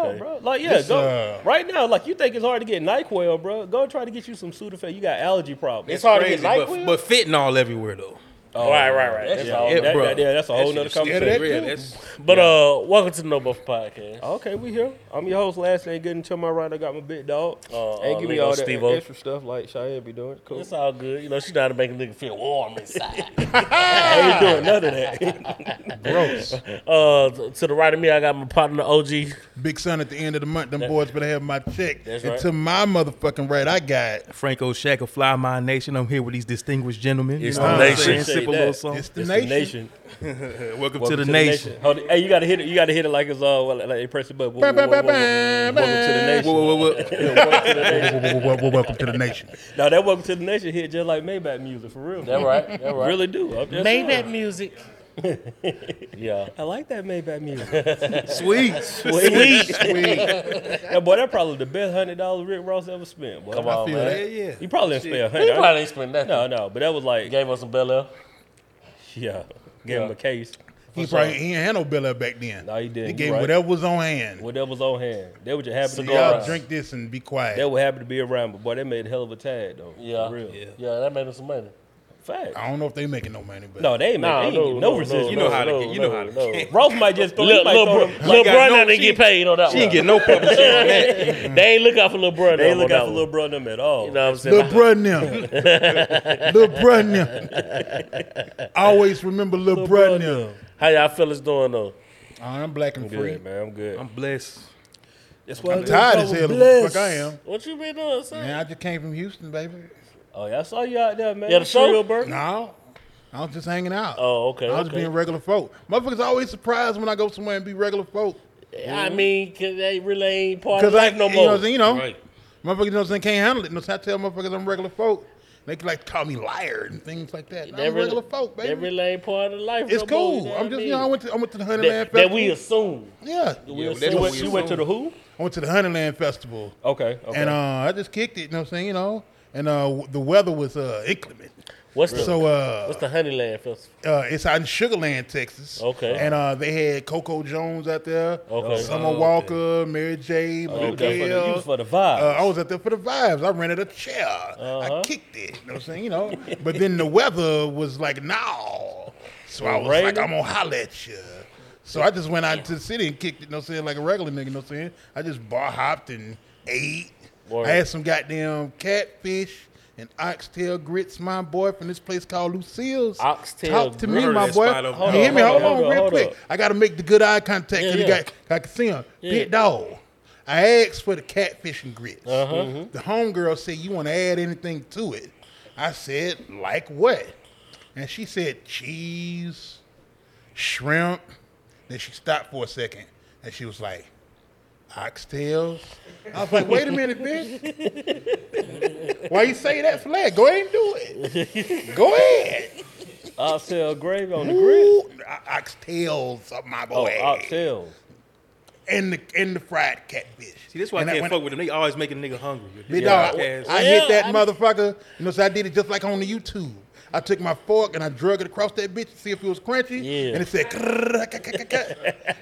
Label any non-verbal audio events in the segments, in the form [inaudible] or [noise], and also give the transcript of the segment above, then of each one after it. No, day. bro. Like, yeah, This, go uh, right now. Like, you think it's hard to get Nyquil, bro? Go try to get you some Sudafed. You got allergy problems. It's hard Crazy, to but, get NyQuil. but fentanyl everywhere though. Oh, right, right, right. That's That's all. it, that, bro. that- yeah, that's a whole nother Yeah, conversation. that Real, too. that's- But uh, welcome to the No Buff Podcast. Oh, Okay, we here. I'm your host. Last name good until my right. I got my big dog. Uh, and uh, give me Lego all that Steve-O. extra stuff like Cheyenne be doing. Cool. It's all good. You know, she's trying to make a nigga feel [laughs] warm inside. I ain't doing none of that. [laughs] [laughs] Gross. uh, t- to the right of me, I got my partner OG. Big son at the end of the month. Them boys better have my check. That's and right. to my motherfucking right, I got Franco Shack of Fly My Nation. I'm here with these distinguished gentlemen. It's you know the what I'm nation. saying? Appreciate Sip a that. little something. it's the It's the nation. nation. welcome, Welcome to the nation. Hold it. Hey, you gotta hit it. You gotta hit it like it's uh, like they press the button. Woo, Bam, woo, bam, woo, woo, bam, woo. Welcome to the nation. Whoa, whoa, whoa, whoa. bam, bam. Yeah, welcome to the nation. Well, well, well, well, welcome to the nation. Now that "Welcome to the Nation" hit just like Maybach music for real. That right, that right. Really do. I'm just saying. [laughs] music. yeah. I like that Maybach music. [laughs] Sweet. Sweet. Sweet. [laughs] that boy, that probably the best hundred dollars Rick Ross ever spent. Boy. Come I on, feel man. that. Yeah. He probably didn't spend a He hundred. probably ain't spend nothing. No, no, but that was like, Gave us some Bel Air. yeah, gave him a case. He probably he ain't had no Bel Air back then. No, he didn't. He You gave right. whatever was on hand. Whatever was on hand, they were just happy So to go y'all around. drink this and be quiet. They were happy to be around, but boy, they made a hell of a tag though. Yeah. for real. yeah. that made us some money. Fact. I don't know if they making no money, but No, they ain't Nah, making no, no, no, no, no. resistance. You know how to get. You know no, how to no. get. [laughs] Ross might just throw. he Look, might little throw bro, them- little Like, I bro know now didn't she- get paid on that She one. ain't get no publicity on that. Mm. they ain't look out for little bro. They ain't look out for little. little brother them at all. You know what I'm saying? Lil Bruh and them. Lil Bruh and them. Always remember Lil, Bruh and them. Oh, How y'all fellas doing though? I'm black and I'm free. good, man. I'm good. I'm blessed. That's why I'm tired as hell of the fuck I am. What you been doing, son? Man, I just came from Houston, baby. Oh, yeah, I saw you out there, man. You had a show? Real burger. No. I was just hanging out. Oh, okay, I was okay. being regular folk. Motherfuckers always surprised when I go somewhere and be regular folk. I mean, 'cause they really ain't part of Because life no You know, what more. I'm saying, you know Right. motherfuckers you know what I'm saying, can't handle it. No, so I tell motherfuckers I'm regular folk. They can like call me liar and things like that. They I'm really- regular folk, They baby. really ain't part of life. It's no cool. More, I'm just, you know, I went to I went to the Honeyland that, Festival. that we assume. yeah, Yeah, assume. that's You what went, we you went to assume. the who? I went to the Honeyland Festival, Okay. okay. and uh, I just kicked it. You know what I'm saying? You know, and uh, w- the weather was uh, inclement, What's the so uh, What's the Honeyland Festival? uh, it's out in Sugarland, Texas. Okay. and uh, they had Coco Jones out there, Okay. Oh, Summer Walker, Mary J. you, was there for the, you was Miguel. for the vibe. Uh, I was out there for the vibes. I rented a chair. Uh-huh. I kicked it. You know what I'm saying? You know. but then the weather was like, no. So I was like, Raining? I'm gonna holler at you. So I just went out to the city and kicked it, you know what I'm saying, like a regular nigga, you know what I'm saying? I just bar hopped and ate. Word. I had some goddamn catfish and oxtail grits, my boy, from this place called Lucille's. Oxtail Talk to me, grits. my boy. Heard of that spot over You there. hear me? Hold Hold on, on, hold on, real hold quick. on. I gotta make the good eye contact Yeah, because yeah. got I can see him. Big dog. I asked for the catfish and grits. Uh-huh. The homegirl said, You want to add anything to it? I said, Like what? And she said, Cheese, shrimp. Then she stopped for a second and she was like, Oxtails. I was like, Wait a minute, bitch. Why you say that for that? Go ahead and do it. Go ahead. oxtail gravy on the grill. Ooh, o- oxtails up my Oh, boy. oxtail. and the and the fried catfish. See, that's why And I can't when- fuck with them. They always make a nigga hungry. with Big these dog, podcasts. I, I hit that motherfucker. You know, so I did it just like on the YouTube. I took my fork and I drug it across that bitch to see if it was crunchy. Yeah. And it said, "Krrr, ka, ka, ka, ka."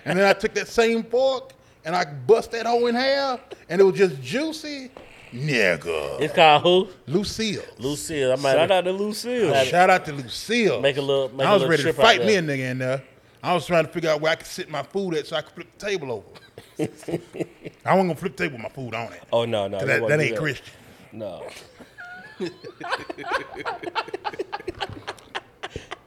and then I took that same fork and I bust that hoe in half, and it was just juicy. Nigga, It's called who? Lucille. Lucille. I might Shout out to Lucille. Shout out to Lucille. Make a little- make I a was little ready to trip out fight me a there. nigga in there. I was trying to figure out where I could sit my food at so I could flip the table [laughs] over. I wasn't gonna flip the table with my food on it. Oh no, no, 'Cause you that, wouldn't that do ain't Christian. No. [laughs]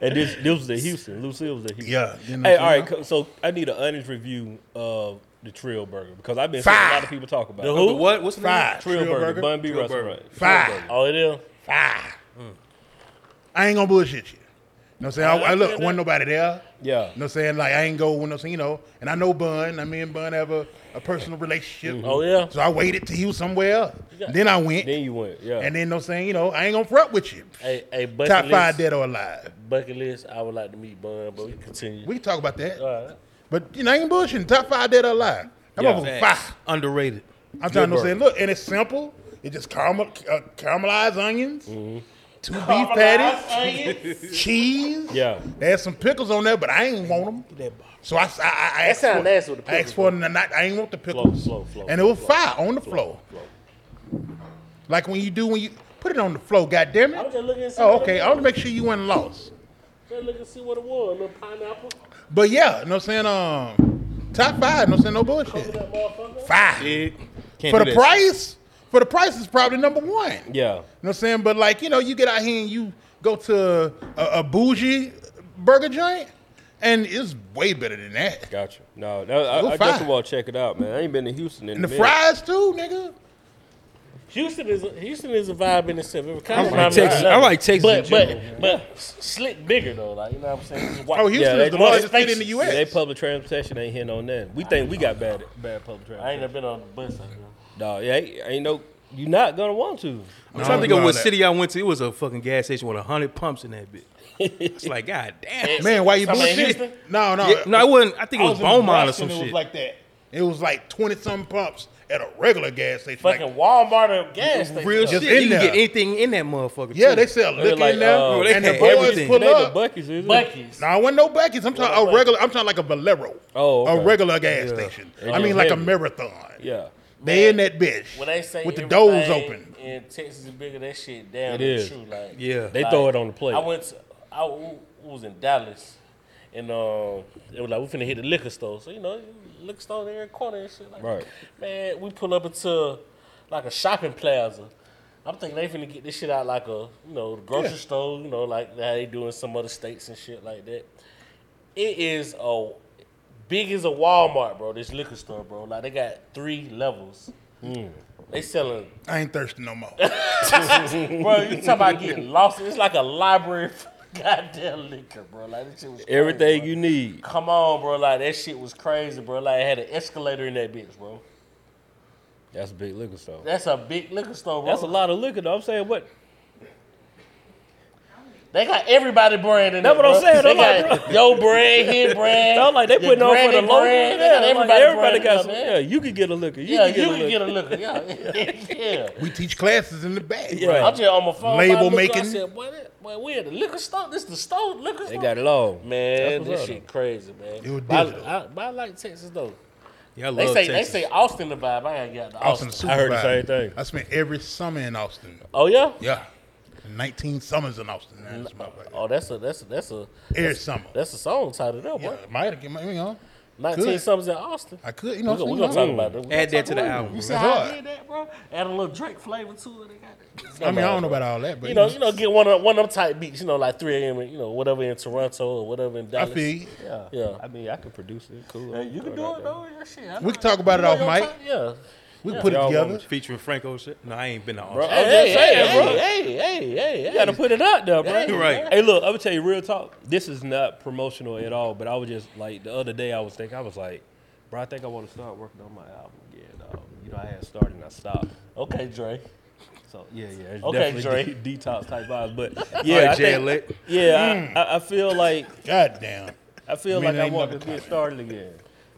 and this this was at Houston. Lucille was at Houston. Yeah, you know hey, what all I'm right. saying? co- So I need an honest review of the Trill Burger because I've been seeing Five. a lot of people talk about The it. who? The what? What's the Five. Trill, Trill Burger, Burger? Bun B Trill restaurant. Burger. Trill Five. Burger. Oh, it is. Five. I ain't gonna bullshit you. You know what I'm saying? I, I look, wasn't nobody there. You Yeah. know what I'm saying? Like, I ain't go, you know what I'm saying? You know, and I know Bun. I mean, Bun have a, a personal relationship. Oh, yeah. So I waited till he was somewhere else. Then I went. Then you went. Yeah. and then, you know what I'm saying? You know, I ain't gonna front with you. Hey, hey, bucket Top list. five dead or alive. Bucket list. I would like to meet Bun, but we can continue. We can talk about that. All right. But, you know, I ain't bullshitting. Top five dead or alive. That Yeah. motherfucker Facts. five. Underrated. I'm trying to Good say, burger. look, and it's simple. It just caramel, uh, caramelized onions. two beef patties, cheese. Yeah. They had some pickles on there, but I ain't want them. So I, I, I asked sound for, nasty with the I asked pickles, for them, and I, I ain't want the pickles. slow, slow, and it was fire on the floor. Like when you do when you put it on the floor, goddamn I was it. just looking. and see Oh, what it okay. I was. want to make sure you wasn't lost. Just looking to see what it was. A little pineapple. But yeah, you know what I'm saying? Um, top five, you know what I'm saying? No bullshit. That motherfucker. Five. Can't do For the that. price, for the price is probably number one. Yeah. You know what I'm saying? But like, you know, you get out here and you go to a, a bougie burger joint, and it's way better than that. Gotcha. No, no I, Go I fine. definitely want to check it out, man. I ain't been to Houston in And the a minute. fries too, nigga. Houston is a, Houston is a vibe in itself. It kind of I like Texas. I like Texas But in but general, but s- slick bigger though. Like you know what I'm saying. Just white- Oh, Houston they- is the well, largest they- city in the U.S. Yeah, they public transportation ain't hitting on nothing. We think we got bad bad public I transportation. ain't never been on the bus. Like that. No, yeah, ain't, ain't no. You're not gonna want to. I'm trying to think No, of what that- city I went to. It was a fucking gas station with hundred pumps in [laughs] that bitch. It's like, god damn. Man, why you Something in bullshit? Houston? No, no. Yeah, no, I wasn't. I think it I was in Beaumont or Nebraska some and It shit. was like that. It was like twenty some pumps at a regular gas station. Like, Fucking Walmart or gas station. Real Just shit. You in can there. get anything in that motherfucker. yeah, too. they sell liquor like, in there, uh, they and the had boys everything. pull They the up. Bucky's, is it? Bucky's. No, I wasn't no Becky's. I'm talking a regular. I'm talking like a Valero, Oh, okay. a regular gas station. And I it's mean, like a heavy. marathon. Yeah, They in that bitch When they say with the doors everything open. in Texas is bigger, that shit damn It near is. true. Like Yeah. they like, throw it on the plate. I went to I w- was in Dallas, and um, it was like we finna hit the liquor store. So you know, liquor store there in the corner and shit. Like, Right. Man, we pull up into like a shopping plaza. I'm thinking they finna get this shit out like a you know the grocery Yeah. store. You know, like how they do in some other states and shit like that. It is a big as a Walmart, bro. This liquor store, bro. Like they got three levels. They selling I ain't thirsty no more. [laughs] Bro, you talking about getting lost? It's like a library of [laughs] goddamn liquor, bro. Like this shit was crazy, everything bro. you need. Come on, bro. Like that shit was crazy, bro. Like it had an escalator in that bitch, bro. That's a big liquor store. That's a big liquor store, bro. That's a lot of liquor. though. I'm saying what? They got everybody brand in That's there, what I'm saying. bro. They I'm like, got your brand, [laughs] his brand. I'm like they your putting on for the granny local. brand. Yeah, They got like, everybody brand in got there, some. man. Yeah, you can get a liquor. You Yeah, can get you a can get liquor. a liquor. [laughs] Yeah, yeah. We teach classes in the back. Right. I'm just on my phone. Label I look, I making. said, boy, that, boy, we at the liquor store. This the store, liquor store. They got it all. Man, That's what's this up, shit crazy, man. It was But I- digital. I, but I like Texas though. Yeah, I They love say Texas. they say Austin the vibe. I gotta get out to Austin. Austin super I heard the vibe. same thing. I spent every summer in Austin. Oh yeah. Yeah. 19 summers in Austin. Man, this motherfucker. Oh, that's a that's a that's a every summer. that's a song titled there, Yeah, boy. might have, you know, Nineteen good. something's in Austin. I could, you know. We're gonna, we you gonna talk know. about that. We gonna Add that talk to the about it. album. You bro. see how I hard. did that, bro? Add a little Drake flavor to it. They got it. I mean, I don't know about all that, but You know, you know, get one of one of them type beats. You know, like three a.m. You know, whatever in Toronto or whatever in I Dallas. feel you. Yeah, Yeah. I mean, I could produce it. Cool. Hey, you can do it though. Your shit. I'm We not- can talk about it you know off your mic. type- Yeah. We can put it Y'all want together. Featuring Franco shit. No, I ain't been to Bro, Austin. I'm Hey, just saying, hey, bro. hey, hey, hey, hey. You gotta put it out there, bro. Hey, Right. Hey, look, I'm gonna tell you real talk. This is not promotional at all, but I was just like the other day. I was thinking, I was like, bro, I think I want to start working on my album again. dog. You know, I had started and I stopped. Okay, Dre. So yeah, yeah, it's Okay, definitely de- detox type vibes. But All yeah, right, I Jay think- Elect. yeah, I, I, I feel like God damn. I feel I mean, like I ain't want to nothing get coming. started again.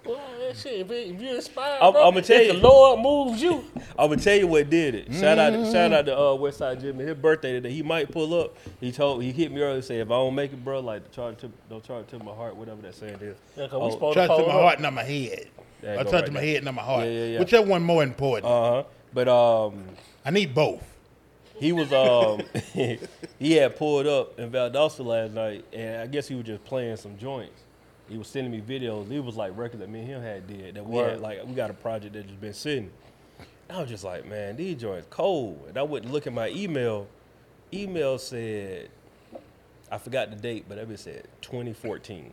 Well, that shit, if, it, if you're inspired, I'm- bro, I'ma tell if you. the Lord moves you. I'm gonna tell you what did it. Shout out, Mm-hmm. shout out to uh, Westside Jimmy. His birthday today. He might pull up. He told, he hit me earlier. Say if I don't make it, bro, like charge to, don't charge to my heart, whatever that saying is. Yeah, 'cause we Oh, supposed Touch to pull my up. heart, not my head. Yeah, I go touch right my there. head, not my heart. Yeah, yeah, yeah. Whichever one more important. Uh huh. But um, I need both. he was um, [laughs] he had pulled up in Valdosta last night, and I guess he was just playing some joints. He was sending me videos. It was like records that me and him had did that we Word. had like we got a project that just been sitting. I was just like, man, these joints cold. And I went and look at my email. Email said, I forgot the date, but that bitch said 2014.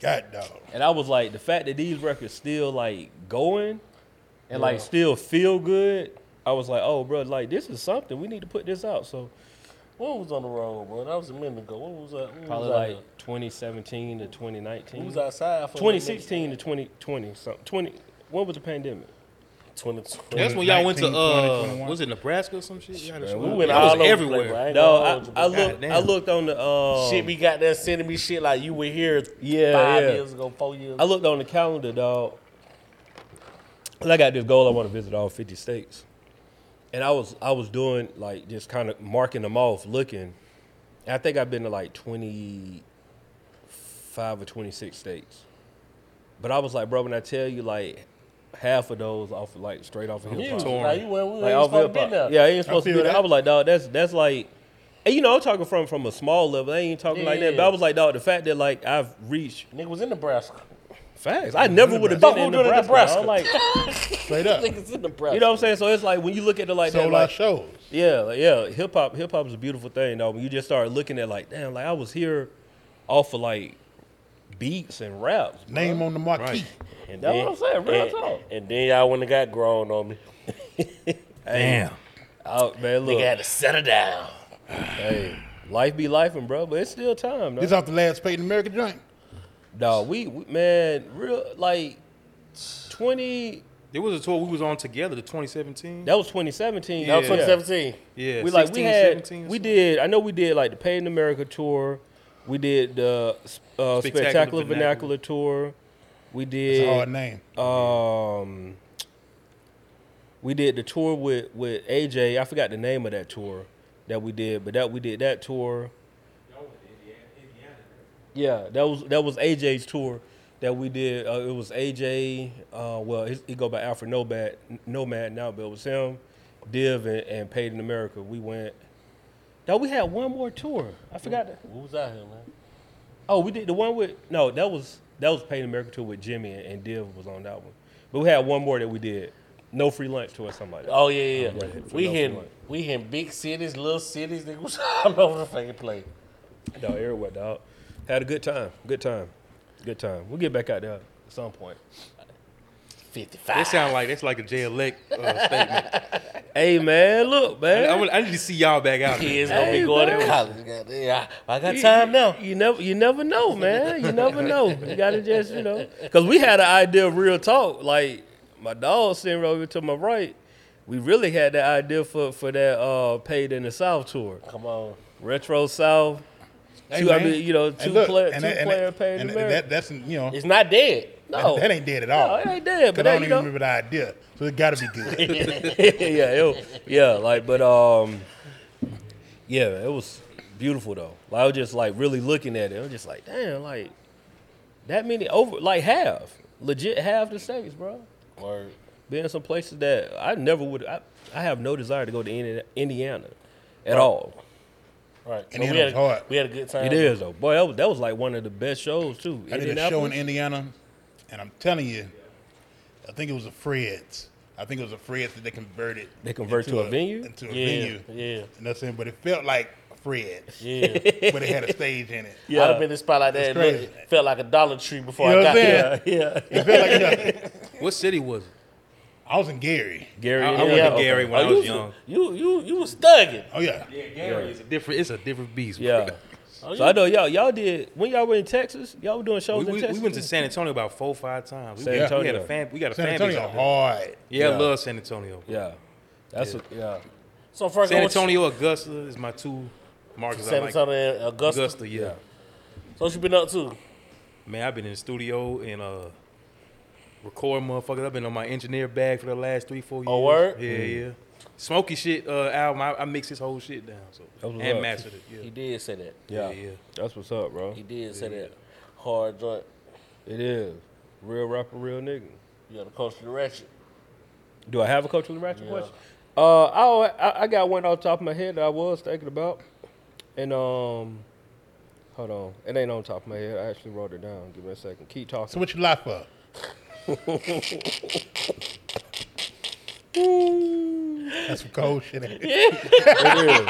God dog. And I was like, the fact that these records still like going and like still feel good, I was like, oh, bro, like this is something. We need to put this out. So When was on the road, bro? That was a minute ago. When was that? When probably was I like here? 2017 to When 2019. was outside for 2016 to 2020, something. 20, when was the pandemic? 2020. That's when y'all went to 19, uh, 21. was it Nebraska or some shit? Y'all just we went That all was over the place, everywhere. bro. I ain't No, gonna I, hold you, I bro. looked. I Goddamn. looked on the. Um, Shit, we got there sending me shit like you were here Yeah, five yeah. years ago, four years I ago. looked on the calendar, dog. And I got this goal. I want to visit all 50 states. And I was I was doing like just kind of marking them off, looking. And I think I've been to like 25 or 26 states. But I was like, bro, when I tell you, like, half of those off, like, straight off of hip You, hop. nah, you went, we Like, ain't off supposed hip to be there. hop. Yeah, I ain't supposed to feel be there. I that. was like, dog, that's, that's like, and you know, I'm talking from, from a small level. I ain't talking like that. But I Yeah. was like, dog, the fact that, like, I've reached Nigga was in Nebraska. facts. I never would have Fuck, been in we're doing it in Nebraska. Nebraska. Like, Nebraska. [laughs] Straight up. [laughs] Niggas in Nebraska. you know what I'm saying? So it's like, when you look at the, like, So that, like like, shows. Yeah, like, yeah. Hip hop, hip hop is a beautiful thing though. When you just start looking at like, damn, like I was here off of like beats and raps. Name on the marquee. And That's what I'm saying, real and, talk. And then y'all wouldn't have got grown on me. Damn. Oh man, look, Nigga had to set her down. hey, life be life, and bro, but it's still time. Though. This off the last paid in America joint. no, we, we man, real like twenty. There was a tour we was on together, the 2017. That was 2017. That was Yeah. 2017. yeah, We like we 16, had 17 or we something. did. I know we did like the Paid in America tour. We did the uh, spectacular, Spectacular vernacular tour. We It's did. a hard name. um we did the tour with with AJ. I forgot the name of that tour that we did, but that we did that tour. Yeah, that was that was AJ's tour that we did. Uh, it was AJ. Uh, well, he, he go by Alfred Nomad, Nomad now, but it was him, Div, and, and Paid in America. We went. Now we had one more tour. I forgot. that. Who was out here, man? Oh, we did the one with no, that was that was Pain America tour with Jimmy and, and Div was on that one. But we had one more that we did. No free lunch tour or something like that. Oh yeah, yeah. yeah. ready for We no hitting, one. we hitting big cities, little cities. Nigga [laughs] was all over the fucking place. No, Oh. everywhere, dog. Had a good time. Good time. Good time. We'll get back out there at some point. That 55. sound like that's like a J elect uh, statement. Hey man, look, I, man. I would- I need to see y'all back out. there. Kids gonna Hey, be going man. to college. Goddamn. I, I got You- time now. You never you never know, man. You never [laughs] know. You gotta just, you know. Cause we had an idea of real talk. Like my dog sitting right over to my right. We really had that idea for for that uh paid in the South tour. Come on. Retro South. Hey, two, I man. mean, you know, And two look, player, and two that- and player that- paid and America. that, that's you know It's not dead. no, that ain't dead at no, all. it ain't dead, but Cause that, I don't you even know, remember the idea, so it got to be [laughs] good. yeah, it, was- yeah, like, but um, yeah, it was beautiful though. Like, I was just like really looking at it. I'm just like, damn, like that many over, like half, legit half the states, bro. Word. Been in some places that I never would. I, I have no desire to go to Indi- Indiana at all. Right. And But it we had, was hard. a, we had a good time. It is though, boy. That was, that was like one of the best shows too. I did a show [laughs] in Indianapolis. Indiana, and I'm telling you, I think it was a Fred's. I think it was a Fred's that they converted. They convert to into a venue? Into a Yeah, venue. yeah, And that's it, but it felt like [laughs] Fred's, yeah. [laughs] but it had a stage in it. Yeah. I'd have been in a spot like that. It's and look, crazy. It felt like a Dollar Tree before You know I what got I'm here. saying? yeah, It felt like nothing. What city was it? I was in Gary. Gary. I- I Indiana. went to Okay. Oh, Gary when I you was young. You you you was thugging. Oh yeah, Gary is a different. It's a different [laughs] beast. Yeah. So I know y'all y'all did when y'all were in Texas, y'all were doing shows We, we, in we Texas. went to San Antonio about four or five times. We, San we had Antonio. a fan. We got a San fan base Antonio out there. hard. Yeah, Yeah. I love San Antonio. Yeah. That's yeah. A, yeah. So Frank, San what you- Antonio, Augusta is my two markets. San I like. Augusta, Antonio, Augusta. yeah. So what you been up to? Man, I've been in the studio and uh, record motherfuckers. I've been on my engineer bag for the last three, four years. Oh, word? Yeah, yeah. Smoky shit uh, album. I, I mixed his whole shit down. So That was and up. mastered it. Yeah. He did say that. yeah. Yeah, yeah. That's what's up, bro. He did say that. Hard joint. It is. Real rapper, real nigga. You got to coach the ratchet. Do I have a cultural ratchet Yeah. question? Uh I, al- I I got one off the top of my head that I was thinking about. And um hold on. It ain't on top of my head. I actually wrote it down. Give me a second. Keep talking. So what you lie for? That's some cold shit. ain't it? It is.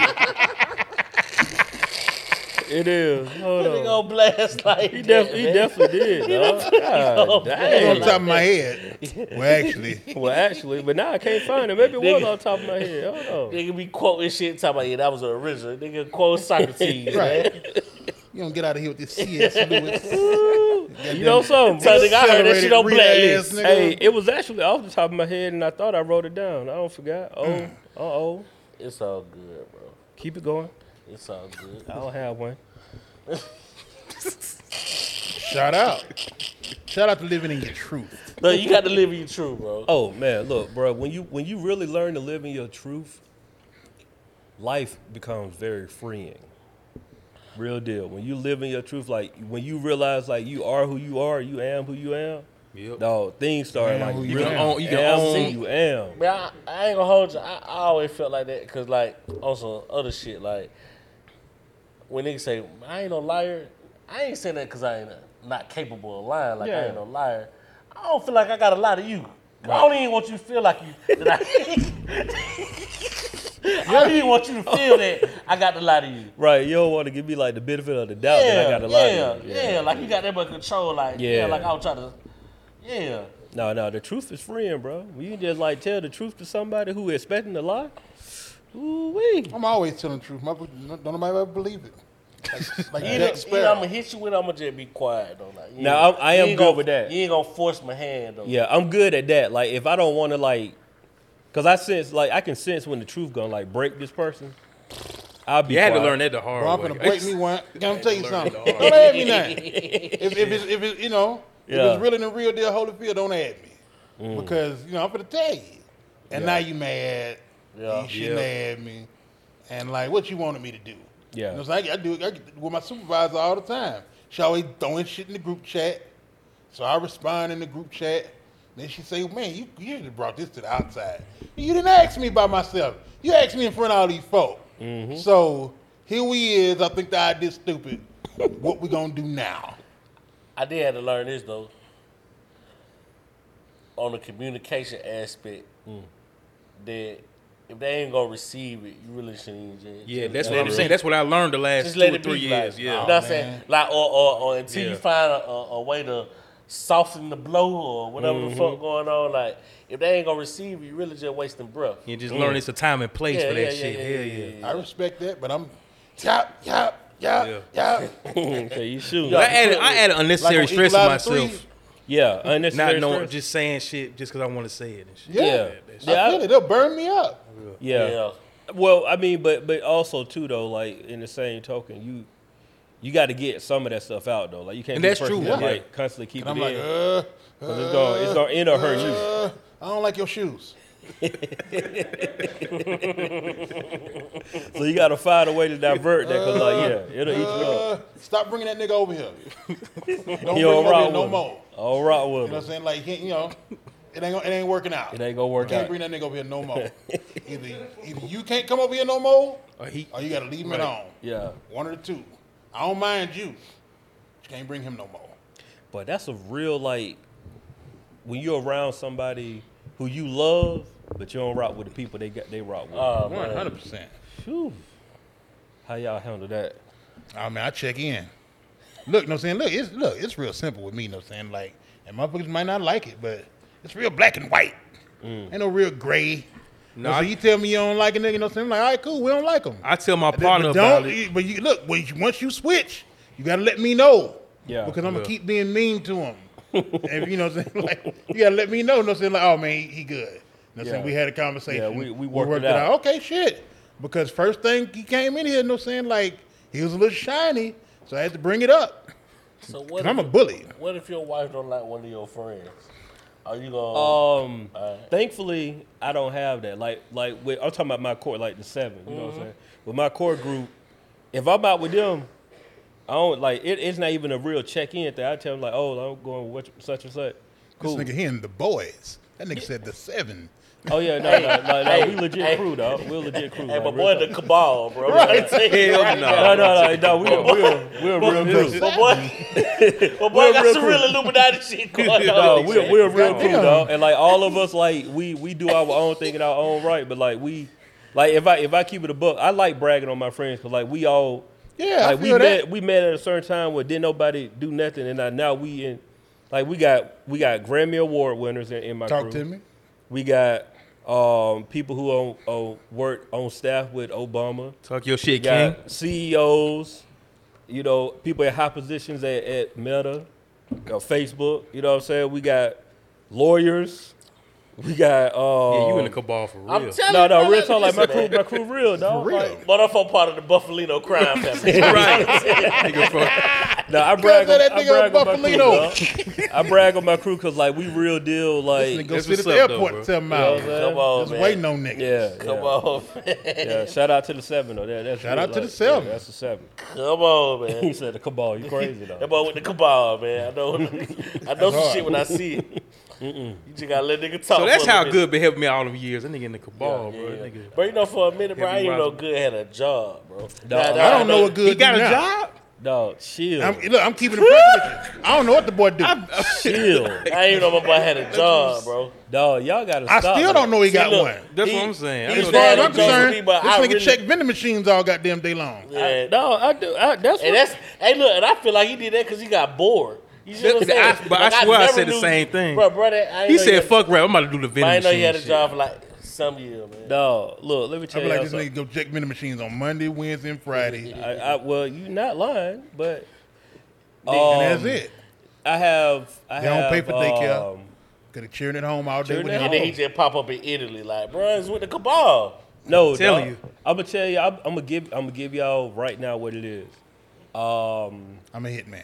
it is. Hold They on. gonna blast like He, def- he that, man. definitely [laughs] did. dog. God [laughs] It's dang. on top of my head. Well, actually, Well, actually, but now I can't find it. Maybe it was Nigga. on top of my head. [laughs] Hold on. Nigga be quoting shit, talking about yeah, that was the original. Nigga quote Socrates, Right. man. you don't get out of here with this C.S. [laughs] Lewis. You know something? [laughs] So nigga, I heard that Accelerated shit on read blacklist. ass nigga. Hey, it was actually off the top of my head, and I thought I wrote it down. I don't forgot. Oh, Mm. uh oh. It's all good, bro. Keep it going. It's all good. I don't have one. Shout out. Shout out to living in your truth. No, you got to live in your truth, bro. Oh man, look, bro. When you when you really learn to live in your truth, life becomes very freeing. Real deal. When you live in your truth, like when you realize like you are who you are, you am who you am. Yep. Dog, things start Am like who you you really am. own. You can Am own see- who you am. Man, I, I ain't gonna hold you. I, I always felt like that because, like, also other shit. Like, when niggas say, I ain't no liar, I ain't saying that because I ain't uh, not capable of lying. Like, I Yeah. ain't no liar. I don't feel like I gotta lie to you. I don't even want you to feel like you. That I, I [laughs] don't even want you to feel that I got to lie to you. Right. You don't want to give me like the benefit of the doubt Yeah, that I got to lie yeah, to you. yeah, Like, you got that much control. Like, yeah, Yeah. like, I was trying to. Yeah. No, no, the truth is friend, bro. When you just like tell the truth to somebody who expecting a lie, ooh wee. I'm always telling the truth. My, don't nobody ever believe it. [laughs] Like, like Either, Jack Sparrow. I'm gonna hit you with, I'm gonna just be quiet though. Like, you Nah, ain't- I'm- I you am ain't good gonna- with that. You ain't gonna force my hand though. Yeah, I'm good at that. Like if I don't want to like, cause I sense like I can sense when the truth gonna like break this person. I'll be. You had to quiet. learn that the hard Bro, I'm way. gonna break me one. I'm gonna tell you Learn something. the hard Don't add [laughs] me nothing. If, if it's if it, you know if Yeah. it's really the real deal, Holyfield, don't add me because you know I'm gonna tell you. And now you mad. Yeah. You shouldn't add me. And like, what you wanted me to do? Yeah. You know, so I, I do it I get it with my supervisor all the time. She always throwing shit in the group chat. So I respond in the group chat. Then she say, "Man, you you should have brought this to the outside. You didn't ask me by myself. You asked me in front of all these folk. So here we is. I think the idea's stupid. [laughs] what we gonna do now? I did have to learn this though. On the communication aspect, Mm. that if they ain't gonna receive it, you really shouldn't even. [laughs] just- Yeah, that's just what I'm let it saying. be. That's what I learned the last Just two let or it be. three years. Like, yeah. you know what I'm Oh, saying? man. Like, or, or, or until you Yeah. find a, a, a way to soften the blow or whatever the Mm-hmm. fuck going on. Like, if they ain't gonna receive it, you really just wasting breath. You just learn it's a time and place Yeah, for that yeah, yeah, shit. yeah, Hell yeah, yeah. yeah, I respect that, but I'm yap yap yap [laughs] yap. so you shoot. But I Yeah, added, I added Like unnecessary on stress to Equalizer myself. Three, unnecessary Not knowing, stress. just saying shit just because I want to say it and shit. Yeah, Yeah. I Yeah, I- feel it. They'll burn me up. yeah. Yeah. Well, I mean, but but also too though, like in the same token, you you got to get some of that stuff out though. Like you can't. And be the that's person true, that, yeah. Like constantly keep And I'm it like, in. uh, 'Cause it's gonna it's gonna end up hurt you. uh, I don't like your shoes. So you gotta find a way to divert that, cause like yeah, it'll eat you up. Uh, stop bringing that nigga over [laughs] here. Don't You bring him don't over rock here no with him. Don't rock more. You know what with I'm him. saying? Like, he ain't- you know, it ain't, gonna- it ain't working out. It ain't gonna work Can't out. bring that nigga over here no [laughs] more. Either, either you can't come over here no more, Or he, or you gotta leave him Right. alone. Yeah, One of the two. I don't mind you. You can't bring him no more. but that's a real like when you're around somebody who you love, but you don't rock with the people they got they rock with. Uh, man. 100%. Phew. How y'all handle that? I mean, I check in. Look, no saying. Look, it's look, it's real simple with me. No saying. Like, and motherfuckers might not like it, but it's real black and white. Ain't no real gray. No, Mm. No, so I- you tell me you don't like a nigga. No saying. I'm like, all right, cool. We don't like him. I tell my But partner don't. about it. you- But you look. When you, once you switch, you gotta let me know. Yeah, Because I'm gonna yeah. keep being mean to him. and you know, what I'm saying [laughs] like, you gotta let me know. No saying. Like, oh man, he, he good. No Yeah. saying. We had a conversation. Yeah, we- we worked it out. Okay, shit. Because first thing he came in here, no saying like he was a little shiny, so I had to bring it up. So what? 'Cause I'm a if- bully. What if your wife don't like one of your friends? Are you gonna? Um, Oh, Alright. thankfully I don't have that. Like like with, I'm talking about my core, like the seven. You know Mm-hmm. what I'm saying? With my core group, if I'm out with them, I don't like it, it's not even a real check in thing. I tell them like, oh, I'm going with what- such and such. Cool. This nigga here and the boys. That nigga said the seven. Oh [laughs] yeah, no, no, no, no. we legit hey. crew, dog. We're legit crew. hey, dog. my Real boy, the talk. [laughs] cabal, bro. Right. Hell no, no. no, no, no. We're we're we're a real [laughs] crew. My boy, [laughs] my boy got real some crew. real Illuminati [laughs] shit going on. No, we're, we're a real crew, Goddamn. dog. And like all of us, like we we do our own thing in our own right. But like we, like if I if I keep it a book, I like bragging on my friends because like we all, Yeah, I like we feel that. met we met at a certain time where didn't nobody do nothing, and I, now we in, like we got we got Grammy Award winners in, in my Talk crew. to me. We got um people who on, on work on staff with Obama. Talk your shit, You got King. CEOs, you know, people in high positions at, at Meta, you know, Facebook, you know what I'm saying? We got lawyers, We got uh Yeah, you in the cabal for real. I'm telling No, you. no, bro, real talk, like my listen, crew, man. my crew, real dog. real. Like, Motherfucker part of the Buffalino [laughs] crime family. Nigga from- no, I brag, on, that I nigga brag on my crew, Buffalino. dog. I brag on my crew because like we real deal, Nigga, like go That's sit at what's the up, though, airport bro. and tell them You know out. what I'm saying? Oh, Come on, Just man. waiting on niggas. yeah, Come yeah. on, [laughs] Yeah, man. shout out to the seven though. That, that's Shout real, out to like, the seven. yeah, that's the seven. Come on, [laughs] man. He said the cabal. You crazy That [laughs] though? boy with the cabal, man. I know, I know some hard. shit when I see it. You just gotta let nigga talk. so that's for a how minute. good been helping me all them years. That nigga in the cabal, Yeah. bro. That nigga. Bro, you know, for a minute, bro, I Heavy didn't even know riser. good had a job, bro. I I don't know what good He got do a now. job. [laughs] Dog, chill, I'm, look, I'm keeping it fresh with you. I don't know what the boy do. I, chill, I didn't even know my boy had a job, bro. dog. Y'all gotta. stop, still like, don't know he See, got look, one. That's he- what I'm saying. I he's know As far mad as that- I'm at Joseph concerned, Lee, this but nigga I really- check vending machines all goddamn day long. Yeah. [laughs] No, I do. I, that's And what- that's hey, look, and I feel like he did that because he got bored. You see what I'm That- saying? I- but I Like, swear I never said the knew- same thing. bro. Brother, I ain't He know said, had- "Fuck rap. I'm about to do the I vending ain't know you machine." had a shit. job for like some year, man. dog. Look, let me tell I be you like, like this nigga go check vending machines on Monday, Wednesday, and Friday. I, I, well, you not lying, but um, and that's it. I have. I They have, don't pay for daycare. um, Because they cheering at home all day cheering when at he And then he Oh. just pop up in Italy, like, bro, it's with the cabal. No, Telling dog. you. I'm gonna tell you. I'm, I'm gonna give. I'm gonna give y'all right now what it is. Um, I'm a hitman.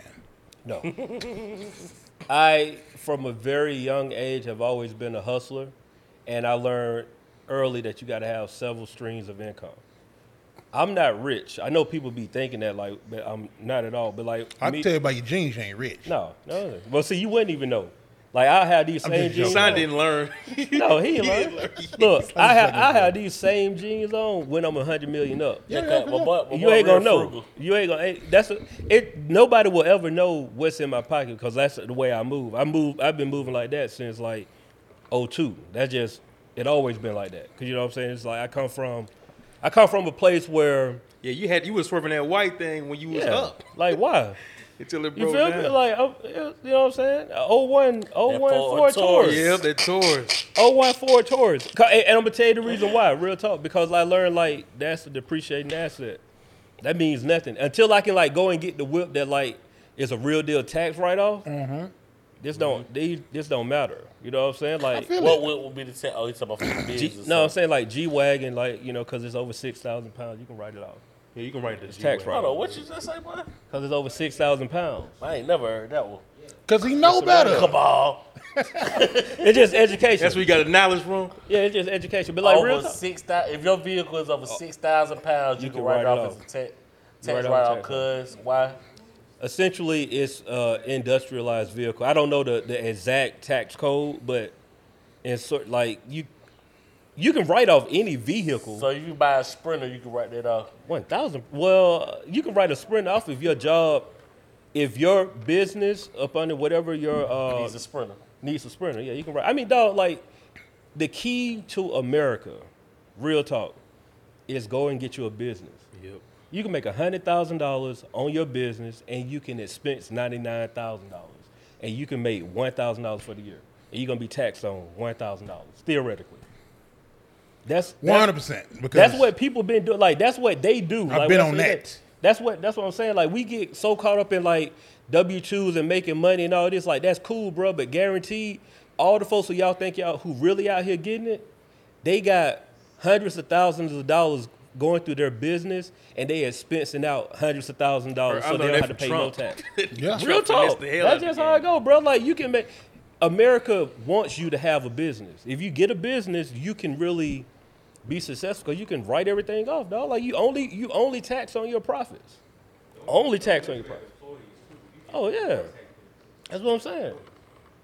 no, [laughs] I from a very young age have always been a hustler, and I learned early that you got to have several streams of income. I'm not rich. I know people be thinking that, like, but I'm not at all. But like, I me- can tell you about your jeans, you ain't rich. no, no. Well, see, you wouldn't even know. Like, I had these I'm same just joking. jeans. Son on. didn't learn. No, he ain't lying. Look, I have I have these same jeans on when I'm a hundred million up. Yeah, That yeah, cut- my yeah. boy- my You boy ain't real gonna know. frugal. You ain't gonna. ain't- That's a, it. Nobody will ever know what's in my pocket because that's the way I move. I move. I've been moving like that since like '02. That's just it. Always been like that. Cause you know what I'm saying. It's like I come from, I come from a place where Yeah, you had you was swerving that white thing when you was yeah, up like why. until it You broke feel down. me? Like, I'm- you know what I'm saying? 01, 01 Ford Ford Taurus. Taurus. yeah, that Taurus. Oh one four Taurus. Co- And, and I'm gonna tell you the reason why. Real talk, because I learned like that's a depreciating asset. That means nothing until I can like go and get the whip that like is a real deal tax write off. This don't these this don't matter. You know what I'm saying? Like feel What would, would be the tech? Oh, he's talking [clears throat] about for the G, business. no, I'm saying like G wagon, like you know, because it's over six thousand pounds, you can write it off. Yeah, you can write the G tax word. write-off. Hold on, what you just say, boy? Because it's over six thousand pounds. I ain't never heard that one. Because he know better. Cabal. It's just education. That's where you got the knowledge from. yeah, it's just education. But like real over talk, Oh. six thousand. If your vehicle is over six thousand pounds, you, can, write it off as a tax. Tax write it off write off, tax. cuz why? essentially it's uh industrialized vehicle. I don't know the, the exact tax code, but in sort like you you can write off any vehicle. So if you buy a Sprinter, you can write that off. One thousand. Well, you can write a sprint off if your job, if your business up under whatever your uh, He's a Sprinter. needs a sprinter. Yeah, you can write. I mean, dog, like the key to America, real talk, is go and get you a business. Yep. You can make hundred thousand dollars on your business, and you can expense ninety nine thousand dollars, and you can make one thousand dollars for the year, and you're gonna be taxed on one thousand dollars theoretically. That's One hundred that's, percent. Because that's what people been doing. Like that's what they do. I've Like, been when I on say that. That's what that's what I'm saying. Like we get so caught up in like W twos and making money and all this. Like that's cool, bro. But guaranteed, all the folks who y'all think y'all who really out here getting it, they got hundreds of thousands of dollars going through their business and they expensing out hundreds of thousands of dollars I so know they don't that have to pay from Trump. no tax. Yeah. Real Trump finessed talk. the hell out That's of just the how I go, bro. Like you can make America wants you to have a business. If you get a business, you can really be successful because you can write everything off, dog. Like you only you only tax on your profits. Only tax on your profits. Oh yeah. That's what I'm saying.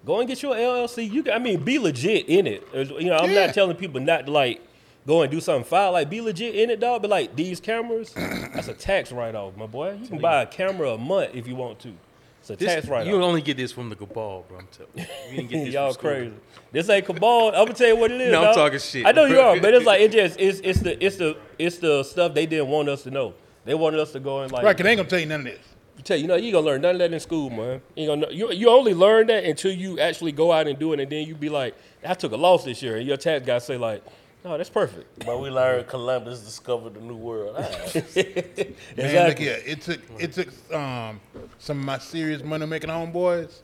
Go and get your LLC. You can, I mean, be legit in it. As- You know, I'm Yeah. not telling people not to like go and do something foul. Like, be legit in it, dog. But like these [clears throat] cameras, that's a tax write off, my boy. You can buy a camera a month if you want to. It's a This, tax write [laughs] You off. only get this from the cabal, bro. I'm telling you. You [laughs] didn't get this Y'all from school. crazy. This ain't cabal. I'm gonna tell you what it is. No, I'm dog. talking shit. I know you are, [laughs] but it's like it just it's it's the it's the it's the stuff they didn't want us to know. They wanted us to go and like Right, 'cause they ain't gonna tell you none of this. tell you, you know, you ain't gonna learn none of that in school, man. You gonna know, you you only learn that until you actually go out and do it, and then you be like, I took a loss this year, and your tax guy say like, No, that's perfect. [laughs] But we learned Columbus discovered the New World. All right. Man, Exactly. look here, it took it took um, some of my serious money making homeboys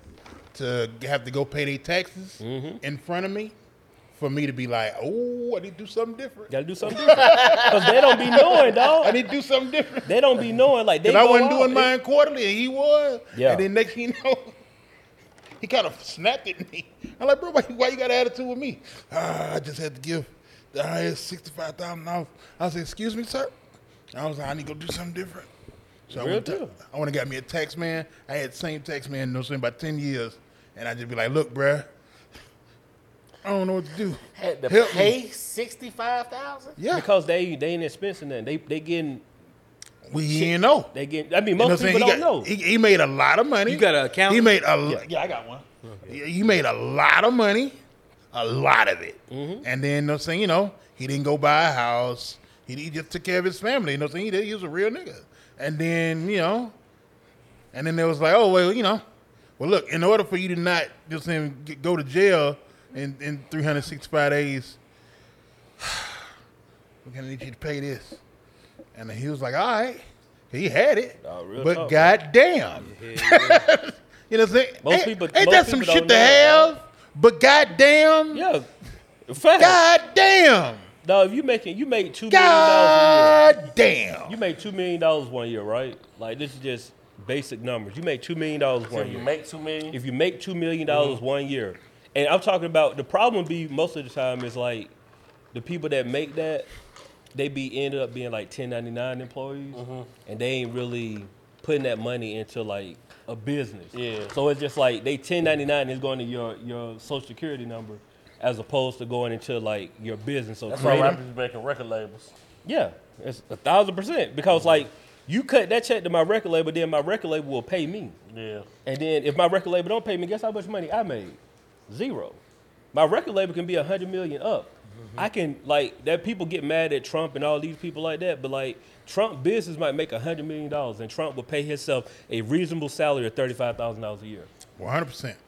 to have to go pay their taxes in front of me for me to be like, oh, I need to do something different. Gotta do something different. Cause they don't be knowing, I dog. need to do something different. They don't be knowing. Like they. Because I go wasn't out, they- doing mine quarterly, and he was. Yeah. And then next thing you know, [laughs] he kind of snapped at me. I'm like, bro, why, you- why you got an attitude with me? Ah, I just had to give the IRS sixty five thousand dollars. I said, excuse me, sir. I was like, I need to go do something different. So I Real went, to, deal. I went and got me a tax man. I had the same tax man, no same about ten years, and I just be like, look, bruh, I don't know what to do. Had to Help me. pay sixty five thousand. Yeah, Because they they ain't expensing nothing. They they getting we didn't know. they getting. I mean, You know most what I'm people saying? don't He know. got- He, he made a lot of money. You got an accountant? He made a yeah, I got one. He- He made a lot of money, a lot of it. Mm-hmm. And then, you know, what I'm saying, you know, he didn't go buy a house. He, he just took care of his family. You know, what I'm saying he, did- he was a real nigga. And then, you know, and then they was like, oh well, you know, well look, in order for you to not just him get, go to jail in, in 365 days, [sighs] we're gonna need you to pay this. And he was like, all right, he had it, Nah, real but talk, goddamn. [laughs] You know what I'm saying? Most ain't, people- ain't most that some people don't shit to know, have? But goddamn, Yeah. Fact. goddamn, No, if you making you make two million dollars a year. You goddamn. make two million dollars one year, right? Like this is just basic numbers. You make two million dollars So one you year. make two million. if you make two million dollars Mm-hmm. one year, and I'm talking about the problem be most of the time is like the people that make that they be ended up being like 1099 employees, Mm-hmm. and they ain't really putting that money into like a business. Yeah. So it's just like they 1099 is going to your your social security number. As opposed to going into like your business, so That's why creative- rappers be making record labels. yeah, it's a thousand percent because like you cut that check to my record label, then my record label will pay me, [laughs] Yeah. and then if my record label don't pay me, guess how much money I made? Zero. My record label can be a hundred million up. I can like that. People get mad at Trump and all these people like that, but like Trump business might make a hundred million dollars, and Trump would pay himself a reasonable salary of thirty five thousand dollars a year. One hundred percent.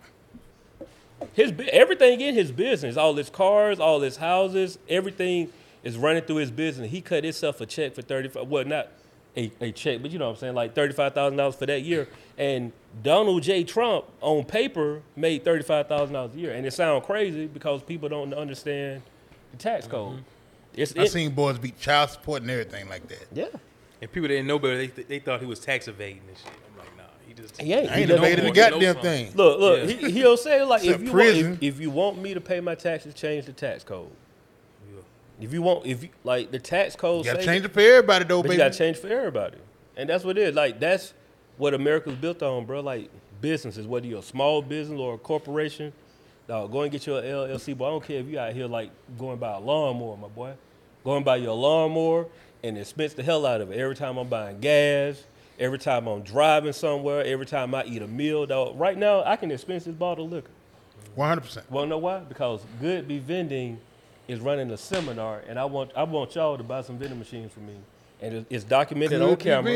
His bu- everything in his business, all his cars, all his houses, everything is running through his business. He cut himself a check for thirty five. Well, not a, a check, but you know what I'm saying, like thirty five thousand dollars for that year. And Donald J. Trump, on paper, made thirty five thousand dollars a year. And it sounds crazy because people don't understand the tax code. It's I it, seen boys beat child support and everything like that. yeah. And people didn't know better. They, th- they thought he was tax evading and shit. I'm like, nah, he just. He ain't. I ain't He know debating the more, he know goddamn something. thing. Look, look, Yeah. he, he'll [laughs] say like, It's if a you, want, prison. if, if you want me to pay my taxes, change the tax code. If you want, if you like the tax code, You gotta say- change it for everybody though, But baby. you gotta change for everybody. And that's what it is. Like that's what America's built on, bro. Like businesses, whether you're a small business or a corporation, dog, go and get your LLC. Boy, I don't care if you out here like going by a lawnmower, my boy. Going by your lawnmower and expense the hell out of it. Every time I'm buying gas, every time I'm driving somewhere, every time I eat a meal, dog. Right now I can expense this bottle of liquor. One hundred percent. Well, know why? Because Good Be Vending is running a seminar, and I want I want y'all to buy some vending machines for me. And it- it's documented on camera.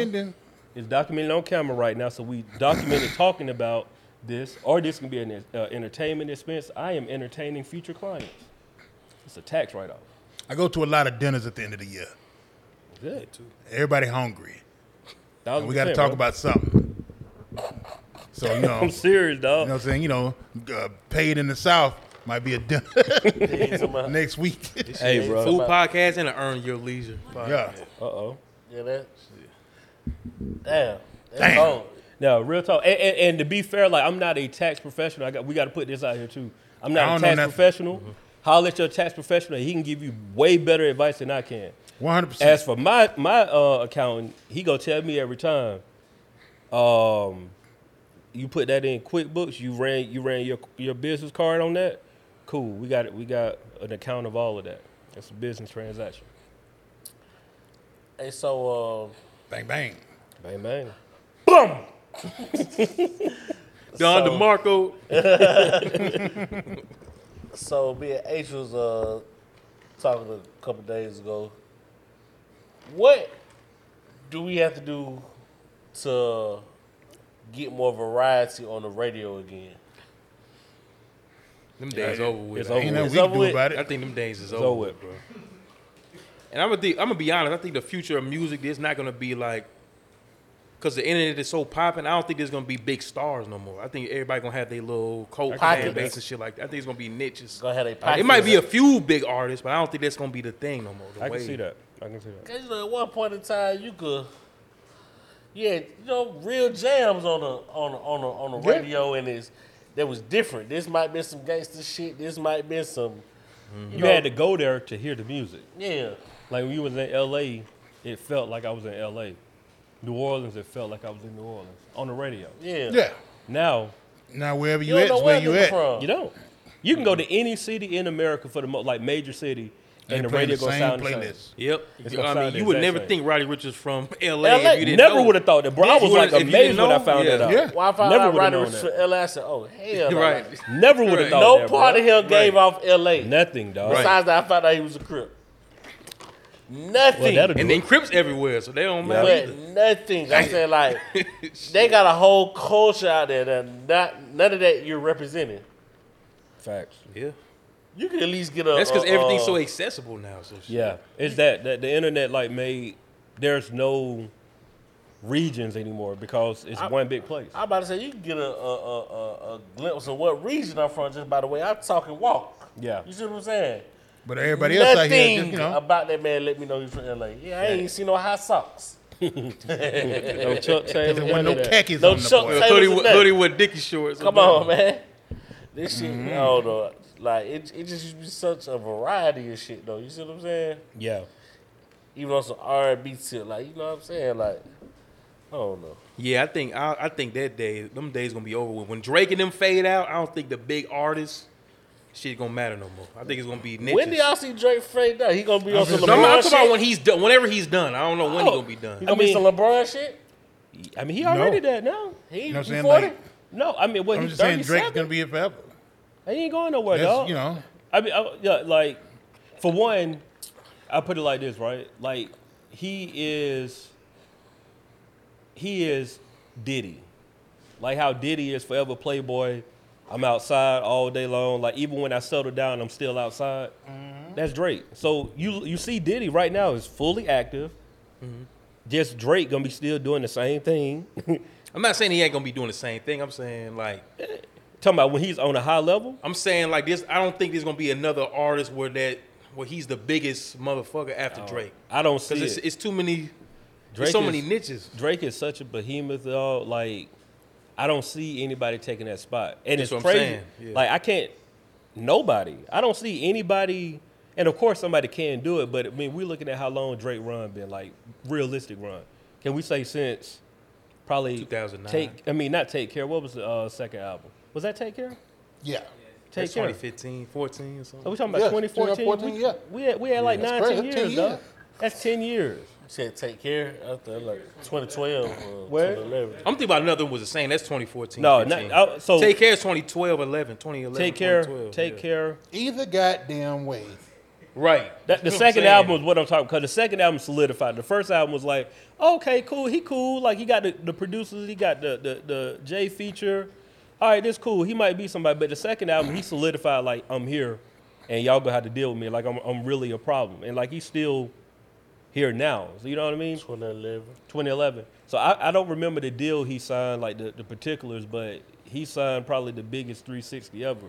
It's documented on camera right now, so we documented [laughs] talking about this, or this can be an uh, entertainment expense. I am entertaining future clients. It's a tax write-off. I go to a lot of dinners at the end of the year. Good. Everybody hungry. Thousand we got to percent, talk bro. about something. So you know, [laughs] I'm serious, you dog. know what I'm saying. You know, uh, paid in the South might be a dinner [laughs] Yeah, somebody- next [laughs] week. hey, bro. Food podcast and an earn your leisure. podcast. yeah, Uh oh. yeah, that. Damn. That's Damn. cold. No, real talk. And, and, and to be fair, like I'm not a tax professional. I got we got to put this out here too. I'm I not a tax don't know nothing. Mm-hmm. professional. Holler at your tax professional. He can give you way better advice than I can. one hundred percent. As for my my uh, accountant, he gonna tell me every time. Um, you put that in QuickBooks. You ran you ran your your business card on that. Cool. We got it. We got an account of all of that. It's a business transaction. Hey, so Bang bang. Bang bang. Don So- DeMarco. uh, so me and H was uh talking a couple days ago. What do we have to do to get more variety on the radio again? Them days over with. It's I over Ain't with. nothing It's we can over do with. about I it. think them days is It's over, over with, bro. And I'm gonna, think, I'm gonna be honest. I think the future of music is not gonna be like because the internet is so popping. I don't think there's gonna be big stars no more. I think everybody gonna have their little cult fan Pockets. base and shit like that. I think it's gonna be niches. Gonna have their Like, Uh, it might pockets. be a few big artists, but I don't think that's gonna be the thing no more. the I can wave. see that. I can see that. Cause you know, at one point in time, you could, yeah, you know, real jams on the on the, on the, on the Yeah. radio, and it's that was different. This might be some gangster shit. This might be some, You you, know, had to go there to hear the music. yeah, Like when you was in L.A., it felt like I was in L.A. New Orleans, it felt like I was in New Orleans on the radio. yeah, Yeah. Now Now wherever You you, don't at, know is where where you you at. from. you don't. You can go to any city in America for the most, like major city, They and the play radio the gonna same sound the same. playlist. Yep. It's gonna I sound mean, the you would exact never same. think Roddy Rich is from LA. LA, if you didn't Never know. would have thought that, bro. I If you was like wouldn't- if you amazed didn't when I know, found yeah. that out. Yeah. Why find Never out would've Roddy known was that. from LA? I said, oh hell, no. Right. Never would have Right. thought No that. bro. part of him gave off LA. [laughs] Nothing, dog. Right. Besides that, I found out he was a crip. Well, Nothing. that'll do And it. then Crips everywhere, so they don't matter. but nothing. I said like they got a whole culture out there that not none of that you're representing. Facts. Yeah. You can at least get a. That's because a- everything's a- so accessible now. So shit. Yeah, it's that that the internet like made there's no regions anymore because it's one big place. I'm about to say you can get a, a, a, a, a glimpse of what region I'm from just by the way I talk and walk. Yeah. you see what I'm saying? But everybody else out Nothing here, just, you know, about that man let me know he's from LA. Yeah, I ain't seen no hot [laughs] socks. no Chuck Taylor, there wasn't none no of that. khakis No on the Chuck boy. Taylor. Hoodie, was with, nothing. hoodie Mm-hmm. with Uh, Dickie shorts. Come on, man. This shit, I don't know. Like it, it just used to be such a variety of shit though. You see what I'm saying? Yeah, Even on some R and B shit, like you know what I'm saying? Like I don't know. Yeah, I think I, I think that day, them days gonna be over with. When Drake and them fade out, I don't think the big artists shit gonna matter no more. I think it's gonna be niches. When do y'all see Drake fade out? He gonna be on some No, I'm LeBron talking about shit. when he's done. Whenever he's done, I don't know when Oh. he's gonna be He done. gonna I be some LeBron shit. I mean he already No. did that now. He, You know what I'm he saying? forty. Like, No, I mean what I'm he's just saying thirty Drake's gonna seven. be here forever. He ain't going nowhere, That's, dog. you know, I mean, I, yeah, like for one, I put it like this, right? Like he is, he is Diddy, like how Diddy is forever Playboy. I'm outside all day long. Like even when I settle down, I'm still outside. Mm-hmm. That's Drake. So you you see Diddy right now is fully active. Mm-hmm. Just Drake gonna be still doing the same thing. [laughs] Talking I'm not saying he ain't gonna be doing the same thing. I'm saying like about when he's on a high level. I'm saying like this. I don't think there's gonna be another artist where that where he's the biggest motherfucker after Drake. Oh, I don't see Because it. it's, it's too many. Drake There's so is- many niches. Drake is such a behemoth, though. Like, I don't see anybody taking that spot, and it's That's what I'm crazy. saying, yeah. Like, I can't. Nobody. I don't see anybody. And of course, somebody can do it, but I mean, we're looking at how long Drake run been like realistic run. Can we say since probably 2009. Take, I mean, not take care. What was the uh, second album? Was that take care? yeah. Take That's care. 2015, 14 Are or we something. talking about Yeah, 2014? 2014, we, yeah. we had we had like That's nine, crazy. ten That's years, 10 dog. years. That's ten years. Said take care after like 2012 or Where? 2011. I'm thinking about another one was the same. That's 2014. No, 15. not, I, so Take Care is 2012, 11, 2011. take care, 2012, take yeah. care. Either goddamn way. Right. That, the That's what I'm second saying. album is what I'm talking because the second album solidified. The first album was like, okay, cool, he cool. Like he got the, the producers, he got the, the the J feature. All right, this cool. He might be somebody, but the second album he solidified like I'm here, and y'all gonna have to deal with me. Like I'm I'm really a problem, and like he's still here now. So you know what I mean? 2011. 2011. So I, I don't remember the deal he signed, like the, the particulars, but he signed probably the biggest 360 ever.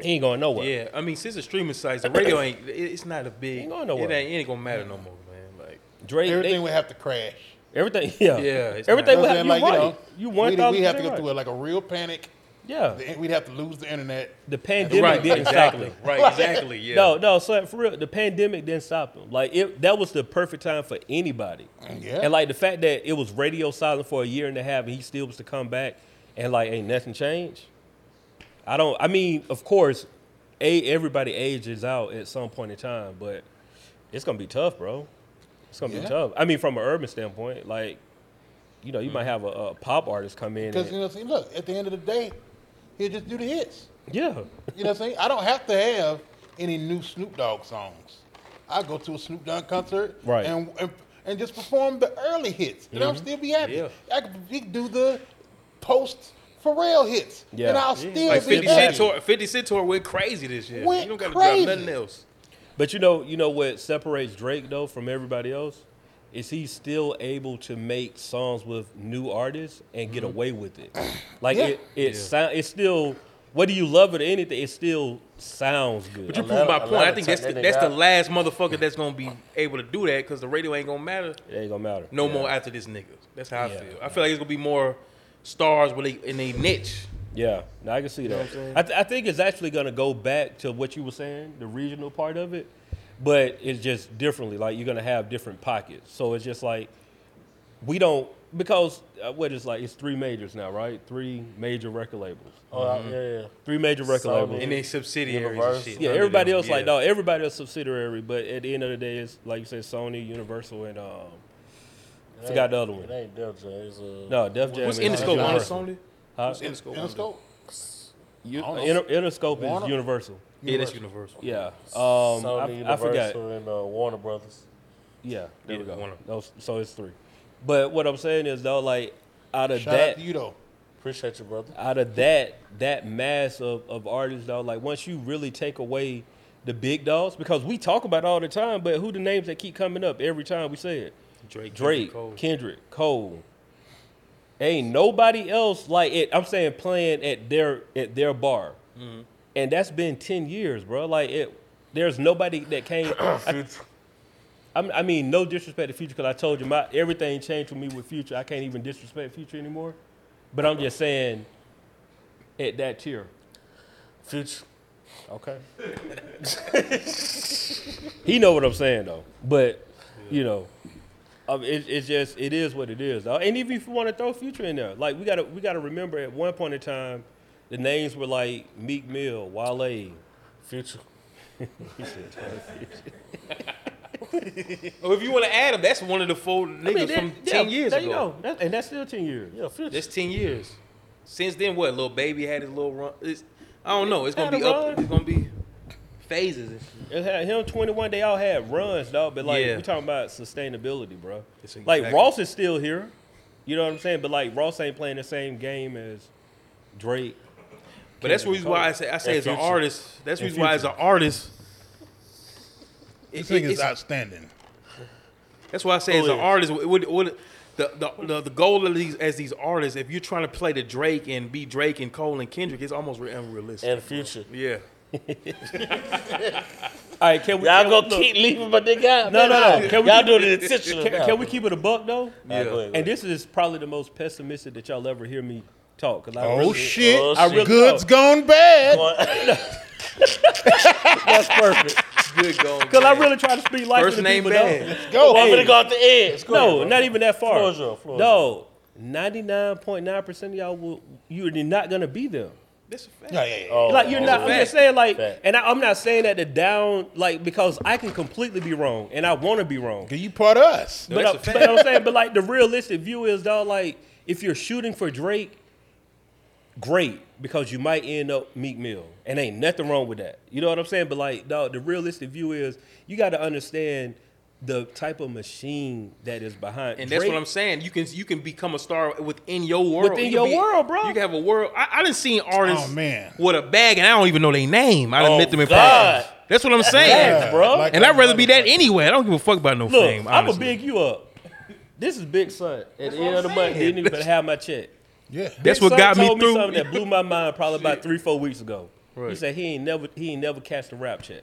He ain't going nowhere. Yeah, I mean, since the streaming sites, the radio ain't. it- It's not a big. Ain't going nowhere. It ain't, it ain't gonna matter no more, man. Like, Drake, they- Everything would have to crash. Everything, [laughs] yeah, Yeah, it's Everything not- would I'm have saying, you right. You, one we'd, thousand we'd have to go percent through right. it like a real panic. Yeah, The- We'd have to lose the internet. the pandemic right, didn't [laughs] exactly. stop him. Right, exactly. Yeah. No, no, so for real, the pandemic didn't stop him. Like it, that was the perfect time for anybody. Yeah. And like the fact that it was radio silent for a year and a half, and he still was to come back, and like ain't nothing changed. I don't. I mean, of course, a everybody ages out at some point in time, but it's gonna be tough, bro. It's gonna Yeah. be tough. I mean, from an urban standpoint, like you know, you might have a, a pop artist come in. Hmm. Because, And, you know what I'm saying? Look, at the end of the day, he'll just do the hits. yeah. You know what I'm saying? I don't have to have any new Snoop Dogg songs. I go to a Snoop Dogg concert Right. Mm-hmm. and, and and just perform the early hits, and I'll still be happy. Yeah. I could be- do the post Pharrell hits, Yeah. and I'll Yeah. still like be 50 Cent happy. tour, 50 Cent tour went crazy this year. Went you don't gotta crazy. drop nothing else. But you know, you know what separates Drake though from everybody else is he still able to make songs with new artists and Mm-hmm. get away with it? [clears throat] Like Yeah. it, it sound, it's still whether you love it or anything, it still sounds good. But you're A proving lot my of- a point. lot I of think time that's the, that nigga that's the out. last motherfucker that's gonna be able to do that because the radio ain't gonna matter it ain't gonna matter. no Yeah. more after this nigga. That's how I Yeah. feel. I feel like it's gonna be more stars with a, in a niche. Yeah, no, I can see that. what I'm saying? I, th- I think it's actually going to go back to what you were saying, the regional part of it, but it's just differently. Like you're going to have different pockets, so it's just like we don't because uh, what is like it's three majors now, right? Three major record labels, Oh, Mm-hmm. yeah, yeah. three major record Sony. labels. And they subsidiaries and Universal. shit. yeah, under everybody them. else like Yeah. no, everybody else subsidiary, but at the end of the day, it's like you said, Sony, Universal, and um, It forgot ain't- the other one. It ain't Def Jam. It's uh, No, Def Jam. What's is Interscope on Universal. Sony? Huh? What's Interscope? under? Interscope? You- I don't know. Inter- Interscope Warner? is Universal. Yeah, that's Universal. Yeah, um, Sony, I, I Universal, forgot. and uh, Warner Brothers. Yeah, there we Yeah, one go. of 'em. Those, so it's three. But what I'm saying is though, like out of Shout out that, to you though. Appreciate you, brother. out of that, that mass of, of artists though, like once you really take away the big dogs, because we talk about it all the time, but who the names that keep coming up every time we say it? Drake, Drake, Cole. Kendrick, Cole. Ain't nobody else like it. I'm saying playing at their at their bar, and that's been ten years, bro. Like it, there's nobody that came. I, I'm- I mean, no disrespect to Future, because I told you my everything changed for me with Future. I can't even disrespect Future anymore. But I'm just saying, at that tier, Future. okay. [laughs] he know what I'm saying though, but you know, I mean, it, it's just it is what it is. Though. And even if you want to throw Future in there, like we gotta we gotta remember at one point in time, the names were like Meek Mill, Wale. Future. Or Oh, if you want to add them, that's one of the four niggas that- from yeah, ten years there ago. you go. That- and that's still ten years. Yeah, Future. That's ten years. Since then, what? Little baby had his little run. It's, I don't know. It's gonna Had be a up. run. It's gonna be phases. and shit. It had him 21. They all had runs, dog. But like Yeah. we talking about sustainability, bro. It's Like exactly- Ross is still here. You know what I'm saying? But like Ross ain't playing the same game as Drake. But that's the Kendrick reason why Cole. I say I say And as an Future. artist. That's the And reason why as an Future. artist. it- This it- thing is it's- outstanding. that's why I say as an yeah. artist, it would- it would- the, the, the, the goal of these as these artists, if you're trying to play the Drake and be Drake and Cole and Kendrick, it's almost re- unrealistic. and Future. yeah, All right, can we? Y'all can, gonna look, keep leaving, but they got No, no, no. Can we y'all keep- doing it intentionally. Can, can we keep it a buck though? Yeah. And this is probably the most pessimistic that y'all ever hear me talk. 'cause I Oh really- shit! oh, I really Goods know. gone bad. [laughs] That's [laughs] perfect. good goal. Because I really try to speak life First to the name people. bad. dog. Go. I'm Hey. gonna go out the edge. Go No, ahead, bro. not even that far. Floor is yours, floor is no, ninety nine point nine percent of y'all will you're not gonna be them. That's a fact. Yeah, yeah, yeah. Oh, Like you're oh, not. a I'm fact. just saying like, Fact. and I, I'm not saying that to down like because I can completely be wrong and I want to be wrong. Cause you part of us. But, that's I, a but fact. I'm saying, but like the realistic view is though, like if you're shooting for Drake, great because you might end up Meek Mill, and ain't nothing wrong with that. You know what I'm saying? But like, dog, the realistic view is you got to understand the type of machine that is behind. And that's Drake- what I'm saying. You can you can become a star within your world. Within You can your world, bro. You can have a world. I, I didn't see artists Oh, man. with a bag, and I don't even know their name. I done Oh, met them in God. person. That's what I'm saying, Yeah, bro. Like And a I'd rather be that motherfucker. anyway. I don't give a fuck about no Look, fame. I'm Honestly. gonna big you up. This is Big Son. At the end of the month, saying. didn't even have my check. Yeah. That's Big what Son got me told through. something that blew my mind probably about three, four weeks ago. He Right. said he ain't never he ain't never cashed a rap check.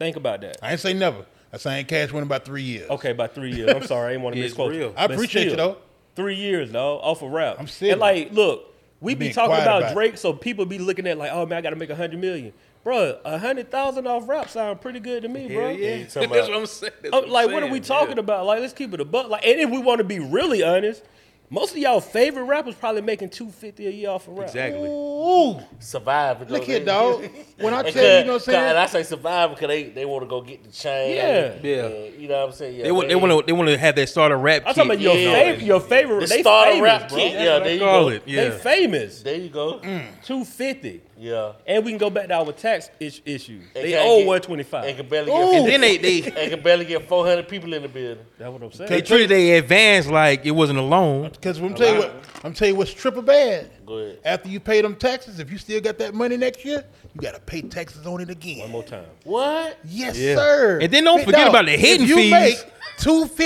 Think about that. I ain't say never. I say I ain't cash went about three years. Okay, about three years. I'm sorry, I [laughs] didn't want to Yeah, it's misquote real. you. I But appreciate you, still, though. Three years, though, off of rap. I'm serious. And like, look, we be being talking quiet about, about it. Drake, so people be looking at like, oh man, I got to make a hundred million, bro. A hundred thousand off rap sound pretty good to me, bro. Hell yeah. [laughs] [laughs] You That's talking what about- I'm saying. That's Oh, I'm like, what are saying. we talking about? Like, let's keep it a buck. Like, and if we want to be really honest, most of y'all favorite rappers probably making two fifty a year off of Yeah. rap. Exactly. Ooh, survive. because look here, they- dog. When I And tell you, you know what I'm cause- And I saying? say survive because they, they want to go get the chain. Yeah. Yeah. And, you know what I'm saying? Yeah, They want they want to they want to have that starter rap. I'm talking about your Yeah. favorite, your favorite. The they starter famous, rap bro. kid, That's yeah, what I there you call go. it. Yeah. They famous. There you go. Two fifty. Yeah. And we can go back to our tax is- issue. And They can't owe get- one And twenty-five. can barely Ooh. get. And then they they They can barely get 400 people in the building. That's what I'm they saying. treated their advance like it wasn't a loan. Because I'm tell you what, I'm tell you what's triple bad. Go ahead. After you pay them taxes, if you still got that money next year, you gotta pay taxes on it again. One more time. What? Yes, Yeah. sir. And then don't Big forget dog, about the hidden if you fees. Make two [laughs]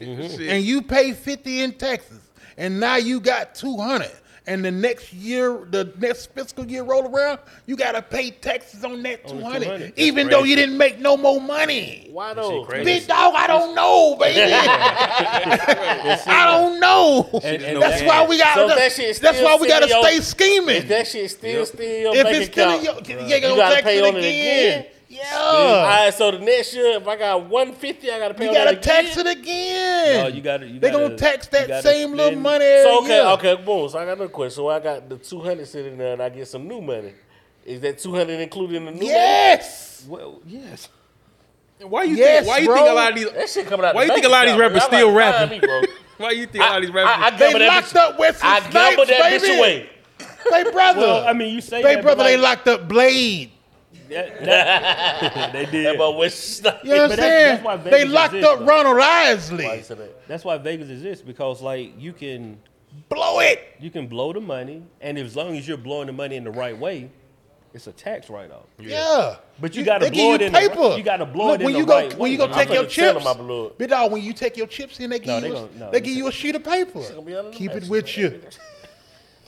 and you pay fifty in taxes, and now you got two hundred. And the next year, the next fiscal year roll around, you gotta pay taxes on that On two the hundred, 200. even That's though you didn't make no more money. Why though? crazy. Big dog, I don't know, [laughs] baby. I [laughs] don't know. And- and that's that- why we got. So to that shit that's still why we gotta sitting in stay your- scheming. If that shit still still in your If bank it's still in account, your- you're gonna you gotta tax pay it on it again. again. All yeah, right, so the next year, if I got one fifty, I gotta pay. you on gotta that tax again? it again. No, you gotta- you they gonna gotta- tax you that gotta same little spend- money. Every So okay, year. okay, boom. So I got another question. So I got the two hundred sitting there, and I get some new money. Is that two hundred including the new Yes. Well, yes. Why you Yes, think? Why you bro. think a lot of these? money? That shit coming out. Why the you think bank a lot of these account, rappers bro. still Y'all like, rapping? find me, bro. Why you think [laughs] a lot I, of these I, I rappers? gambled They that locked bitch. up Wesley I Snipes, gambled that baby. bitch away. They brother. Well, I mean, you say they that, brother. but they like, locked up Blade. that, that- they did. That boy was You know what I'm But that's- saying? that's why they Vegas locked exists, up though. Ronald Isley. That's why Vegas exists because like you can Blow it. you can blow the money, and as long as you're blowing the money in the right way, it's a tax write off. Yeah. But you gotta they give blow you it in the paper. right- you gotta blow it Look, in when the you go, right When you way. go take I'm your finna tell chips, them I blew it. big dog, when you take your chips in, they give No, you, they a- gonna- no, they they give you a sheet of paper. gonna be under the Keep it mattress. with you.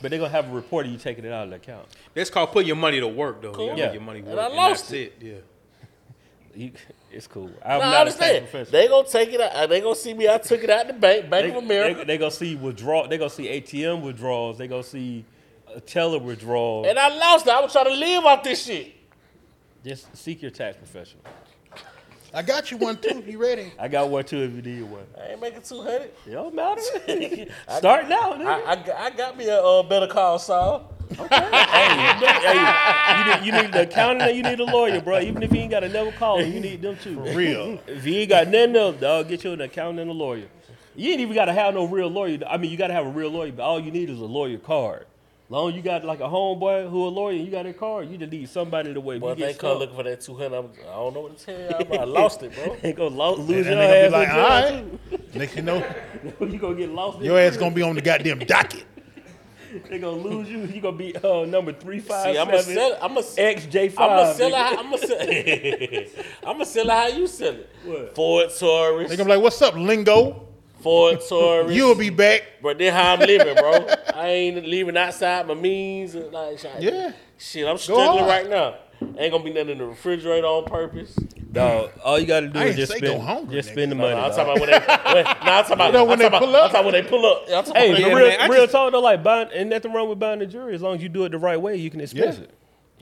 But they're gonna have a report of you taking it out of the account. That's called putting your money to work, though. You gotta Yeah. make your money And work. I lost that's Yeah. You- it's cool. I'm No, not I a understand. tax professional. They gonna take it out. Uh, They gonna see me. I took it out the bank, Bank of America, They, they gonna see withdraw. They gonna see ATM withdrawals. They gonna see uh, teller withdrawals. and I lost it. I was trying to live off this shit. Just seek your tax professional. I got you one too. You ready? I got one too if you need one. I ain't making two hundred. It don't [laughs] matter. Start now, nigga. I, I, got- I got me a uh, better call, Saul. hey, you, need, you need the accountant and you need a lawyer, bro. Even if you ain't got a never call, you need them too. Real. If you ain't got nothing else, dog, get you an accountant and a lawyer. You ain't even got to have no real lawyer. I mean, you got to have a real lawyer, but all you need is a lawyer card. Long you got like a homeboy who a lawyer, you got a card. You just need somebody to wait. Boy, if you they get come stuck. looking for that two hundred. I don't know what to tell y'all. About. I lost it, bro. [laughs] They gonna lo- lose your And they ass. gonna be in like, jail, Next you know, too. [laughs] you gonna get lost. in your ass jail. gonna be on the goddamn docket. They gonna lose you. You gonna be uh, number three five [laughs] See, I'm a sell. I'm a. XJ I'm five. gonna sell it. I'm gonna sell. I'm gonna sell it [laughs] how you sell it. What? Ford Taurus. They gonna be like, "What's up, Lingo? Ford Taurus. [laughs] You'll be back." But then how I'm living, bro. I ain't leaving outside my means. and Like, shit. Yeah. Shit, I'm struggling hard. right now. Ain't gonna be nothing in the refrigerator on purpose. Dog, all you gotta do I is ain't just say spend, go hungry, just nigga. spend the No, money. no, I'm dog. talking about when they. When, no, I'm talking about know, I'm talking when they about- pull up? I'm talking when they pull up. Yeah, I'm talking Hey, about- but Yeah, real, man, I real just- talk though, like buying, and nothing wrong with buying a jury as long as you do it the right way, you can expense Yeah. it.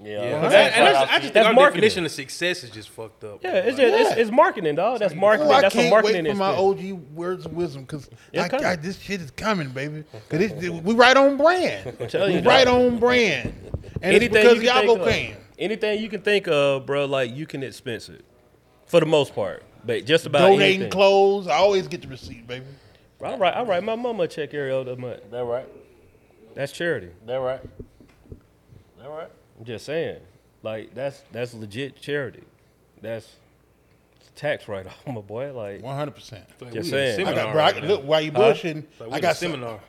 yeah, Yeah. I'm And that's- talking and that's- about- I That's just think our marketing. definition of success is just fucked up. Yeah, it's Like, just it's, Yeah. it's marketing, dog. That's marketing. Oh, I That's a can't wait marketing for my expense. OG words of wisdom because It's coming. this shit is coming, baby. 'Cause it's- we right [laughs] on brand. telling we you, right on brand, and it's anything you because can think Yago of, came. anything you can think of, bro, like you can expense it for the most part, but just about Donating anything. clothes, I always get the receipt, baby. I write I write my mama a check every other month. That right. That's charity. That right. That right. I'm just saying, like that's that's legit charity. That's it's a tax write off, [laughs] my boy. Like One hundred percent. like, Just we in a saying. I seminar I got, bro, I, right now. look, while you bullshitting, Like, we I in a got some, seminar.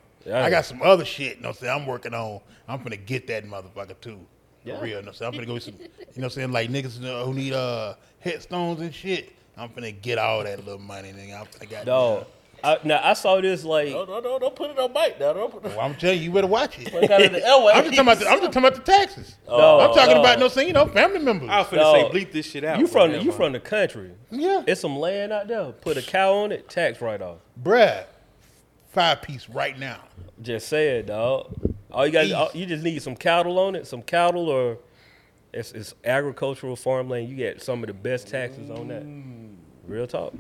[laughs] I got some other shit. You know what I'm saying? I'm working on. I'm finna get that motherfucker too. For Yeah. real. You know what I'm saying? I'm finna go get some. You know what I'm saying? Like niggas who need uh headstones and shit. I'm finna get all that little money, nigga. I'm finna got. dog. I, now I saw this like No, no, no, don't put it on bite now. Don't put it. Well, I'm telling you, you better watch it. Got it in the airway. I'm just talking about. The, I'm just talking about the taxes. No, I'm talking no. about no saying, you know, family members. I was finna Dog, say bleep this shit out. You from the, whatever. you [laughs] from the [laughs] country. yeah, It's some land out there. Put a cow on it, tax write off. bruh, five piece right now. Just say it, dog. All you got, Easy. all- you just need some cattle on it, some cattle or it's, it's agricultural farmland. You get some of the best taxes on that. Mm. Real talk.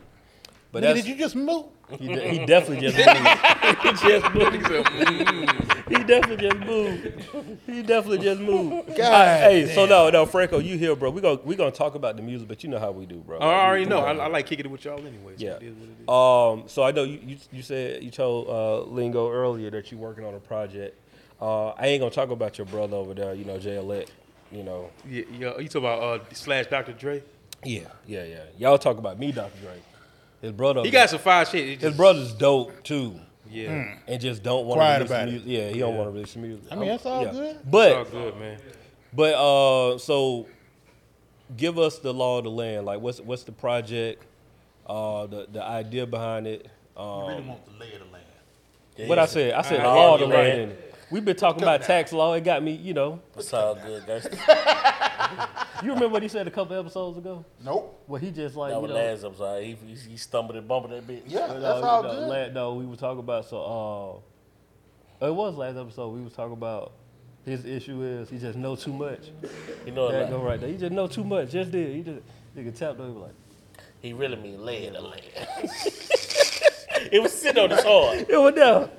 But Nigga, that's, did you just move? he, de- he definitely just [laughs] moved. he just moved. "Mm, he definitely just moved. He definitely just moved. God hey, so damn. no, no, Franco, you here, bro? We gonna we gonna talk about the music, but you know how we do, bro. I already know. I, I like kicking it with y'all anyway. so Yeah. it is what it is. Um, so I know you, you, you said you told uh, Lingo earlier that you're working on a project. Uh, I ain't gonna talk about your brother over there, you know, JLet. You know, Yeah, yeah, you talking about uh, slash Dr. Dre? yeah, yeah, yeah. Y'all talk about me, Dr. Dre. His brother, He got some fire shit. It his just- brother's dope too, Yeah, and just don't want to Quiet release the about it. music. Yeah, he don't want to release the music. I mean, that's all good. it's all But good, man. but uh, so give us the law of the land. Like, what's what's the project? uh, the the idea behind it. Um, really want the lay of the land. what I said, I said I all the hear you, man. land. in it. We've been talking about tax law. It got me, you know. It's all good. That's that You remember what he said a couple episodes ago? Nope. Well, he just like you was know, last episode. He, he, he stumbled and bumbled that bitch. Yeah, No, that's all no, good. la- no, we were talking about so. Uh, it was last episode. We was talking about his issue is he just know too much. You know what That I go mean? right there. He just know too much. Just did. He just nigga tapped over like. He really mean lay of the land. [laughs] it was sitting on his heart. It was down.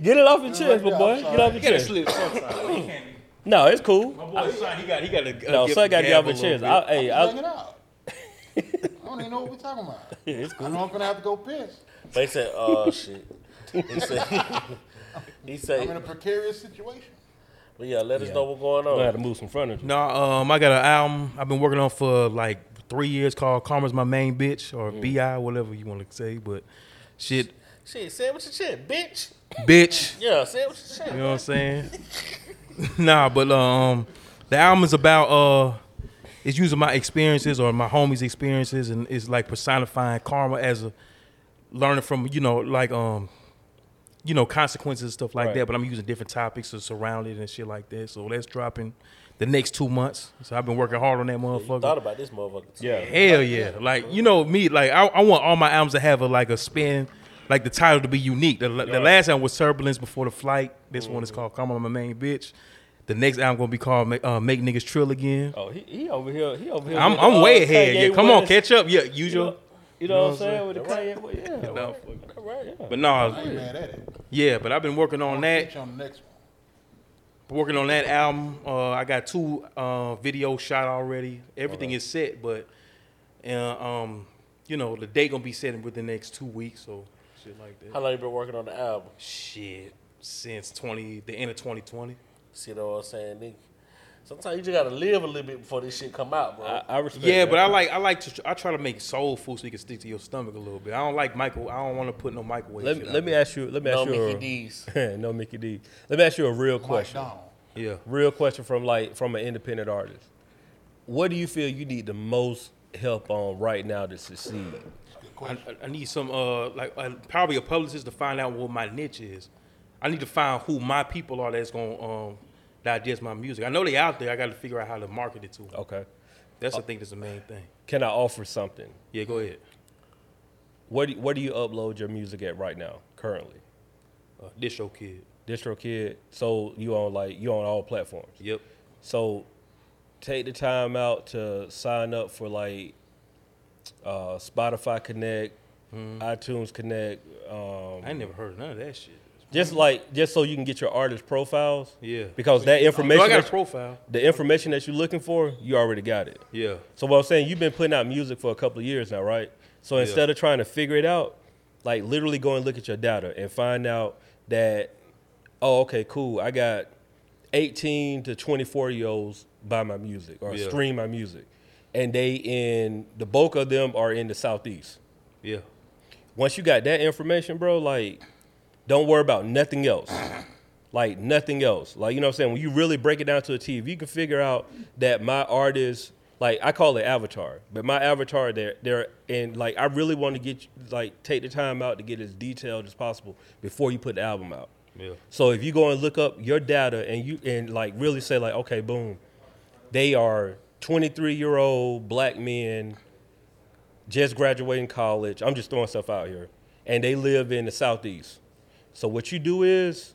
Get it off your chest, my yeah, boy. I'm Get off your gotta chest. slip sometime. He can't- No, it's cool. My Oh, boy, son, he got, he got to. No, son got to get off his chest. I, hey, Hey, I, Hang it out. I don't even know what we're talking about. yeah, it's I cool. know I'm gonna have to go piss. They said, "Oh shit." He said, [laughs] "He I'm in a said, precarious situation. well, yeah, let us Yeah. know what's going I had on." to move some furniture. No, um, I got an album I've been working on for like three years called "Karma's My Main Bitch" or Mm. "Bi," whatever you want to say. But shit, Shit, say it with your shit, bitch. bitch. Yeah, say it with your You shit. know what I'm saying? [laughs] nah, but um, the album is about uh, it's using my experiences or my homies' experiences, and it's like personifying karma as a learning from you know like um, you know consequences and stuff like Right. that. But I'm using different topics to surround it and shit like that. So that's dropping the next two months. So I've been working hard on that You motherfucker. thought about this motherfucker. too. Yeah. Hell yeah! Like you know me, like I, I want all my albums to have a like a spin, like the title to be unique. The, the last album was Turbulence Before the Flight. This one is called Come On My Main Bitch. The next album gonna be called Ma- uh, Make Niggas Trill Again. Oh, he, he over here. He over here. I'm with I'm the, uh, way ahead. Kanye Yeah, come on, West. catch up. Yeah, You know, usual. you know what I'm saying with the Kanye? Well, yeah. No. Right. Yeah. But I ain't no, mad at it. yeah. But I've been working on that. Catch you on the next one. working on that album. Uh, I got two uh, videos shot already. Everything is set, but uh, um, you know the date gonna be set within the next two weeks or shit like that. How long you been working on the album? Shit, since twenty the end of twenty twenty. See what I'm saying? Nigga? Sometimes you just gotta live a little bit before this shit come out, bro. I, I respect. Yeah, that. but I like I like to I try to make soul food so you can stick to your stomach a little bit. I don't like Michael. I don't want to put no microwave. Let me, shit let out me ask you. Let me no ask you. Mickey a- D's. [laughs] no Mickey D. Let me ask you a real Mike question. Donald. there. Yeah. Real question from like from an independent artist. What do you feel you need the most help on right now to succeed? Good I, question. I- I need some uh like uh, probably a publicist to find out what my niche is. I need to find who my people are that's gonna um, digest my music. I know they out there. I got to figure out how to market it to. 'em. Okay. That's the thing. That's the main thing. Can I offer something? Yeah, go ahead. What do, what do you upload your music at right now currently? Uh, this show kid. DistroKid. So you on like you on all platforms. Yep. So take the time out to sign up for like uh, Spotify Connect, Mm-hmm. iTunes Connect. Um, I ain't never heard of none of that shit. just like just so you can get your artist profiles. Yeah. Because that No, information I got that a you- profile. the information that you're looking for, you already got it. Yeah. So what I'm saying, you've been putting out music for a couple of years now, right? So instead of trying to figure it out, like literally go and look at your data and find out that, oh, okay, cool, I got 18 to 24 year olds buy my music or Yeah. stream my music, and they in the bulk of them are in the southeast. Yeah. Once you got that information, bro, like don't worry about nothing else. Like nothing else. Like you know what I'm saying? When you really break it down to a T, if you can figure out that my artist, like I call it avatar, but my avatar there there and like I really want to get you- like take the time out to get as detailed as possible before you put the album out. Yeah. So if you go and look up your data and you and like really say like, okay, boom, they are 23 year old black men just graduating college. I'm just throwing stuff out here. And they live in the southeast. So what you do is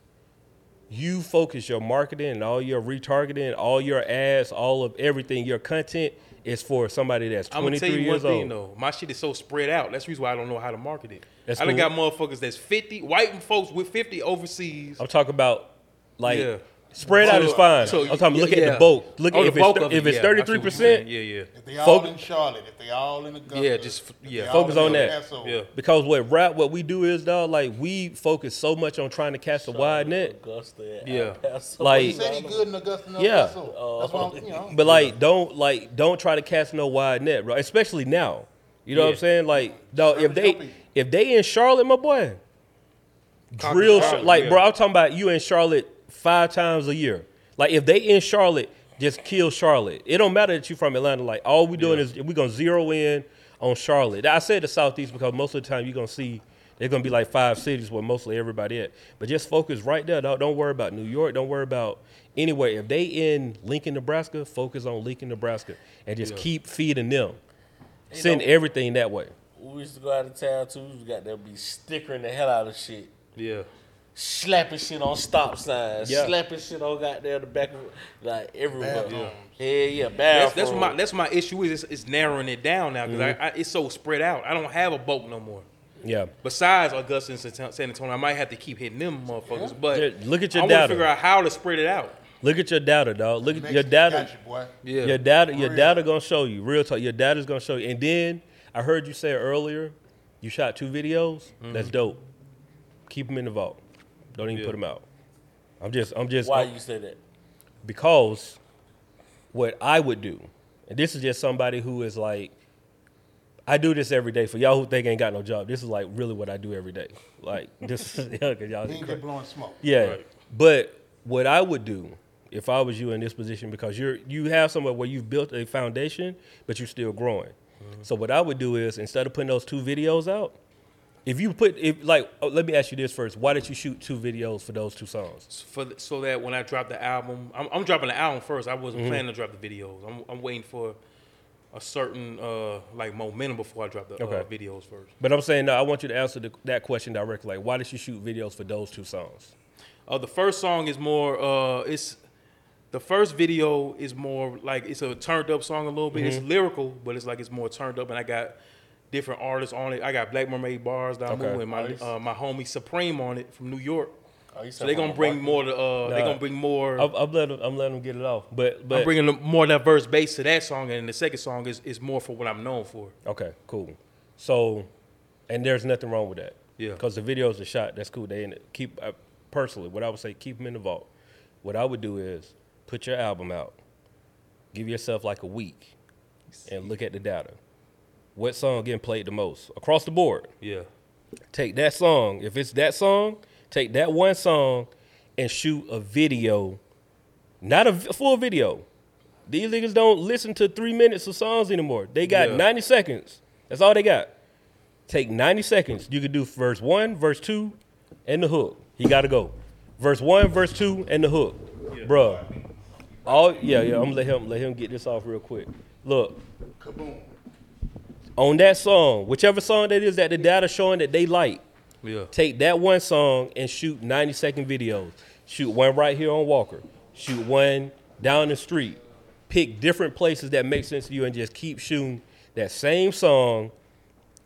you focus your marketing and all your retargeting, all your ads, all of everything, your content is for somebody that's I'm gonna 23 tell you one years old. thing though. My shit is so spread out. That's the reason why I don't know how to market it. That's I done cool. got motherfuckers that's 50, white folks with 50 overseas. I'm talking about like Yeah. spread out So- is fine. so, I'm talking about yeah, look at yeah. the bulk. Look Oh, at the if it's, bulk of if it, it's yeah, I see what 33 you're saying. percent. Yeah, yeah. If they all Folk- in Charlotte, if they all in Augusta, Yeah, just f- if yeah. they all Focus in on that. El Paso, Yeah. Because what rap, what we do is dog, like we focus so much on trying to cast a wide net. Augusta, Yeah. [laughs] El Paso, Like- He said he Alabama. good in Augusta, El Yeah. Paso. That's why I'm, you know. But like, don't like, don't try to cast no wide net, bro. Especially now, you know what I'm Yeah. saying? Like, no, if Service your they people. if they in Charlotte, my boy, drill, Charlotte, like, yeah. bro, I'm talking about you in Charlotte five times a year. Like, if they in Charlotte, just kill Charlotte. It don't matter that you from Atlanta. Like, all we doing is we gonna zero in on Charlotte. I said the Southeast because most of the time you're gonna see they're gonna be like five cities where mostly everybody at. But just focus right there. Don't, don't worry about New York. Don't worry about anywhere. If they in Lincoln, Nebraska, focus on Lincoln, Nebraska, and just keep feeding them. Send don't- everything that way. We used to go out of town too. We got to be stickering the hell out of shit. Yeah. Slapping shit on stop signs, Yeah. slapping shit on goddamn the back of like everywhere. Bathrooms. Yeah, yeah, That's, bathrooms. that's what my that's my issue is it's, it's narrowing it down now because Mm-hmm. I, I, it's so spread out. I don't have a boat no more. Yeah. Besides Augusta and San San Antonio, I might have to keep hitting them motherfuckers. But Yeah, look at your I wanna data. figure out how to spread it out. Look at your data, dog. Look at Next your you data. got you, boy. Yeah. Your data, your Real. data gonna show you real talk. Your data's gonna show you. And then I heard you say earlier, you shot two videos. That's dope. Keep them in the vault. Don't even put 'em put them out. I'm just, I'm just Why you say that? because what I would do, and this is just somebody who is like, I do this every day. For y'all who think ain't got no job, this is like really what I do every day. Like this, is- [laughs] yeah, 'cause y'all. He ain't just blowing smoke. Yeah. Right. But what I would do if I was you in this position, because you're you have somewhere where you've built a foundation, but you're still growing. Mm-hmm. So what I would do is instead of putting those two videos out, if you put if like oh, let me ask you this first, why did you shoot two videos for those two songs? for th- so that when I drop the album, I'm, I'm dropping the album first. I wasn't Mm-hmm. planning to drop the videos. I'm, I'm waiting for a certain uh, like momentum before I drop the uh, Okay. videos first. But I'm saying no, I want you to answer the, that question directly. Like, why did you shoot videos for those two songs? Uh, the first song is more. Uh, it's the first video is more like it's a turned up song a little bit. Mm-hmm. It's lyrical, but it's like it's more turned up, and I got different artists on it. I got Black Mermaid Bars, Don Okay. Moo, and my Nice. uh, my homie Supreme on it from New York. Oh, you So they're gonna bring more. To, uh, They're Nah. gonna bring more. I'm, I'm letting I'm letting them get it off. But but I'm bringing a- more diverse bass to that song, and the second song is, is more for what I'm known for. Okay, cool. So, and there's nothing wrong with that. Yeah. Because the videos are shot. That's cool. They in it. keep uh, personally. What I would say, keep them in the vault. What I would do is put your album out. Give yourself like a week, and look at the data. What song getting played the most across the board? Yeah. Take that song. If it's that song, take that one song, and shoot a video. Not a v- full video. These niggas don't listen to three minutes of songs anymore. They got Yeah. 90 seconds. That's all they got. Take 90 seconds. You could do verse one, verse two, and the hook. He got to go. Verse one, verse two, and the hook. Bruh. All, yeah, yeah. I'm going to let him, let him get this off real quick. Look, Kaboom. on that song, whichever song that is that the data showing that they like, Yeah. take that one song and shoot 90 second videos. Shoot one right here on Walker. Shoot one down the street. Pick different places that make sense to you and just keep shooting that same song